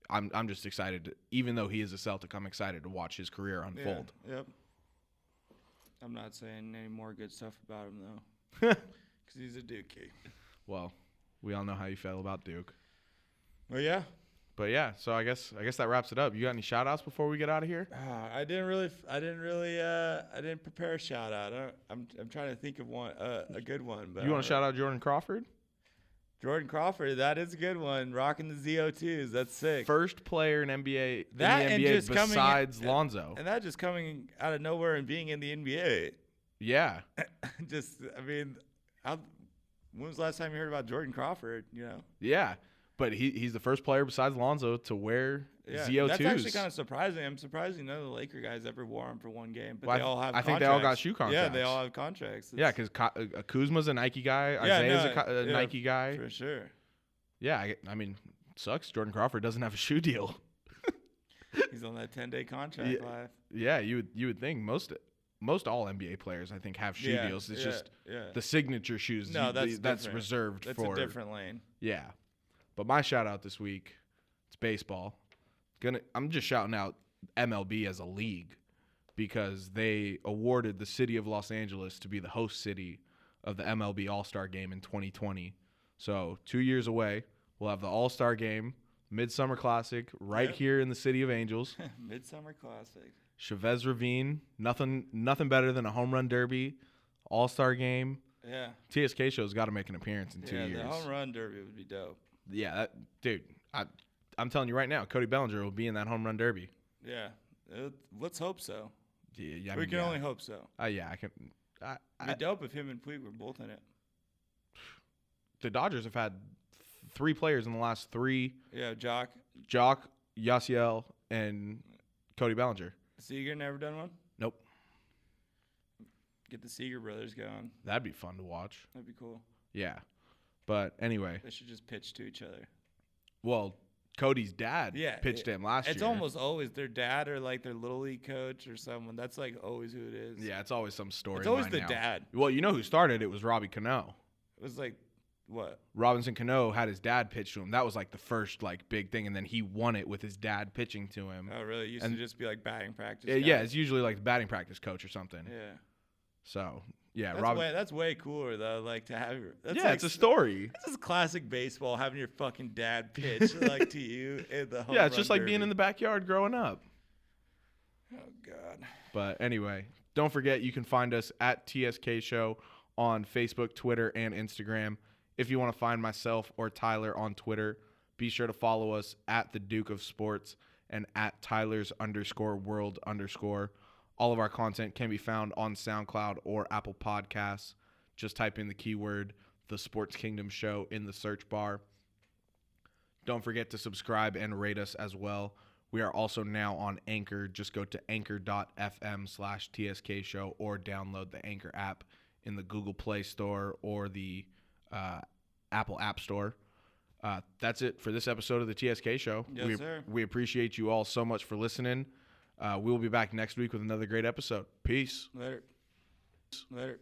Speaker 3: I'm I'm just excited. Even though he is a Celtic, I'm excited to watch his career
Speaker 4: Yeah,
Speaker 3: unfold.
Speaker 4: Yep. I'm not saying any more good stuff about him though, because he's a dookie.
Speaker 3: Well, we all know how you feel about Duke.
Speaker 4: Well, yeah.
Speaker 3: But yeah, so I guess I guess that wraps it up. You got any shout outs before we get out of here?
Speaker 4: Ah, I didn't really, f- I didn't really, uh, I didn't prepare a shout out. I don't, I'm, I'm trying to think of one, uh, a good one. But
Speaker 3: You want
Speaker 4: I don't-
Speaker 3: to shout out Jordan Crawford?
Speaker 4: Jordan Crawford? That is a good one. Rocking the ZO2s. That's sick.
Speaker 3: First player in NBA
Speaker 4: That
Speaker 3: in
Speaker 4: and
Speaker 3: the NBA
Speaker 4: just coming-
Speaker 3: besides Lonzo.
Speaker 4: And that just coming out of nowhere and being in the NBA.
Speaker 3: yeah.
Speaker 4: just, I mean, how, when was the last time you heard about Jordan Crawford? You know,
Speaker 3: Yeah. But he, he's the first player besides Lonzo to wear
Speaker 4: yeah,
Speaker 3: ZO2s.
Speaker 4: That's actually kind of surprising. I'm surprised none of the Laker guys ever wore them for one game, but
Speaker 3: Well, I
Speaker 4: they
Speaker 3: th-
Speaker 4: all have.
Speaker 3: I think they all got
Speaker 4: contracts.
Speaker 3: shoe
Speaker 4: Yeah, they
Speaker 3: contracts.
Speaker 4: all have contracts.
Speaker 3: yeah,
Speaker 4: It's-
Speaker 3: because Kuzma's a Nike guy.
Speaker 4: Yeah,
Speaker 3: Isaiah's a,
Speaker 4: no,
Speaker 3: Ka- a
Speaker 4: yeah,
Speaker 3: Nike guy.
Speaker 4: for sure.
Speaker 3: Yeah, I, I mean, sucks. Jordan Crawford doesn't have a shoe deal.
Speaker 4: He's on that 10 day contract.
Speaker 3: Yeah,
Speaker 4: life.
Speaker 3: Yeah, you would you would think most most all NBA players I think have shoe
Speaker 4: Yeah,
Speaker 3: deals. It's
Speaker 4: yeah,
Speaker 3: just
Speaker 4: yeah.
Speaker 3: the signature shoes.
Speaker 4: No,
Speaker 3: you-
Speaker 4: that's
Speaker 3: that's
Speaker 4: different.
Speaker 3: reserved
Speaker 4: That's
Speaker 3: for
Speaker 4: a different lane.
Speaker 3: Yeah. But my shout out this week, it's baseball. Gonna I'm just shouting out MLB as a league because they awarded the city of Los Angeles to be the host city of the MLB All-Star game in 2020. So, 2 years away, we'll have the All-Star game, Midsummer Classic right
Speaker 4: Yep.
Speaker 3: here in the city of Angels.
Speaker 4: Midsummer Classic.
Speaker 3: Chavez Ravine, nothing nothing better than a home run derby, All-Star game.
Speaker 4: Yeah.
Speaker 3: TSK show's got to make an appearance in 2
Speaker 4: yeah,
Speaker 3: years.
Speaker 4: the home run derby would be dope.
Speaker 3: Yeah, that, dude, I, I'm telling you right now, Cody Bellinger will be in that home run derby.
Speaker 4: Yeah. Uh, let's hope so.
Speaker 3: Yeah, yeah I
Speaker 4: we
Speaker 3: mean,
Speaker 4: can
Speaker 3: yeah.
Speaker 4: only hope so.
Speaker 3: Uh, yeah, I can. I,
Speaker 4: It'd
Speaker 3: I,
Speaker 4: be dope if him and Puig were both in it.
Speaker 3: the Dodgers have had th- three players in the last three:
Speaker 4: Yeah, Jock.
Speaker 3: Jock, Yasiel, and Cody Bellinger.
Speaker 4: Seager never done one?
Speaker 3: Nope,
Speaker 4: Get the Seager brothers going.
Speaker 3: that'd be fun to watch.
Speaker 4: That'd be cool.
Speaker 3: Yeah, but anyway,
Speaker 4: They should just pitch to each other.
Speaker 3: well, Cody's dad
Speaker 4: Yeah.
Speaker 3: pitched
Speaker 4: it-
Speaker 3: him last year.
Speaker 4: It's almost always their dad or like their little league coach or someone. That's like always who it is.
Speaker 3: yeah, it's always some story.
Speaker 4: It's always the dad.
Speaker 3: Well, you know who started? It was Robbie Cano.
Speaker 4: It was like what?
Speaker 3: Robinson Cano had his dad pitch to him. That was like the first like big thing, and then he won it with his dad pitching to him.
Speaker 4: Oh really? It used
Speaker 3: And-
Speaker 4: to just be like batting practice.
Speaker 3: Yeah, yeah,
Speaker 4: guys.
Speaker 3: it's usually like the batting practice coach or something.
Speaker 4: Yeah.
Speaker 3: So Yeah,
Speaker 4: That's
Speaker 3: Rob.
Speaker 4: way that's way cooler though. Like to have your that's
Speaker 3: yeah,
Speaker 4: like
Speaker 3: it's a
Speaker 4: s-
Speaker 3: story.
Speaker 4: This is classic baseball, having your fucking dad pitch like to you in the home
Speaker 3: Yeah, it's
Speaker 4: run
Speaker 3: just like being
Speaker 4: derby.
Speaker 3: in the backyard growing up.
Speaker 4: Oh god.
Speaker 3: But anyway, don't forget you can find us at TSK Show on Facebook, Twitter, and Instagram. If you want to find myself or Tyler on Twitter, be sure to follow us at the Duke of Sports and at Tyler's underscore world underscore. All of our content can be found on SoundCloud or Apple Podcasts. Just type in the keyword the Sports Kingdom Show in the search bar. Don't forget to subscribe and rate us as well. We are also now on Anchor. Just go to anchor.fm slash TSK show or download the Anchor app in the Google Play Store or the uh, Apple App Store. Uh, that's it for this episode of the TSK show.
Speaker 4: Yes,
Speaker 3: we,
Speaker 4: sir.
Speaker 3: we appreciate you all so much for listening. Uh, we will be back next week with another great episode. Peace.
Speaker 4: Later. Later.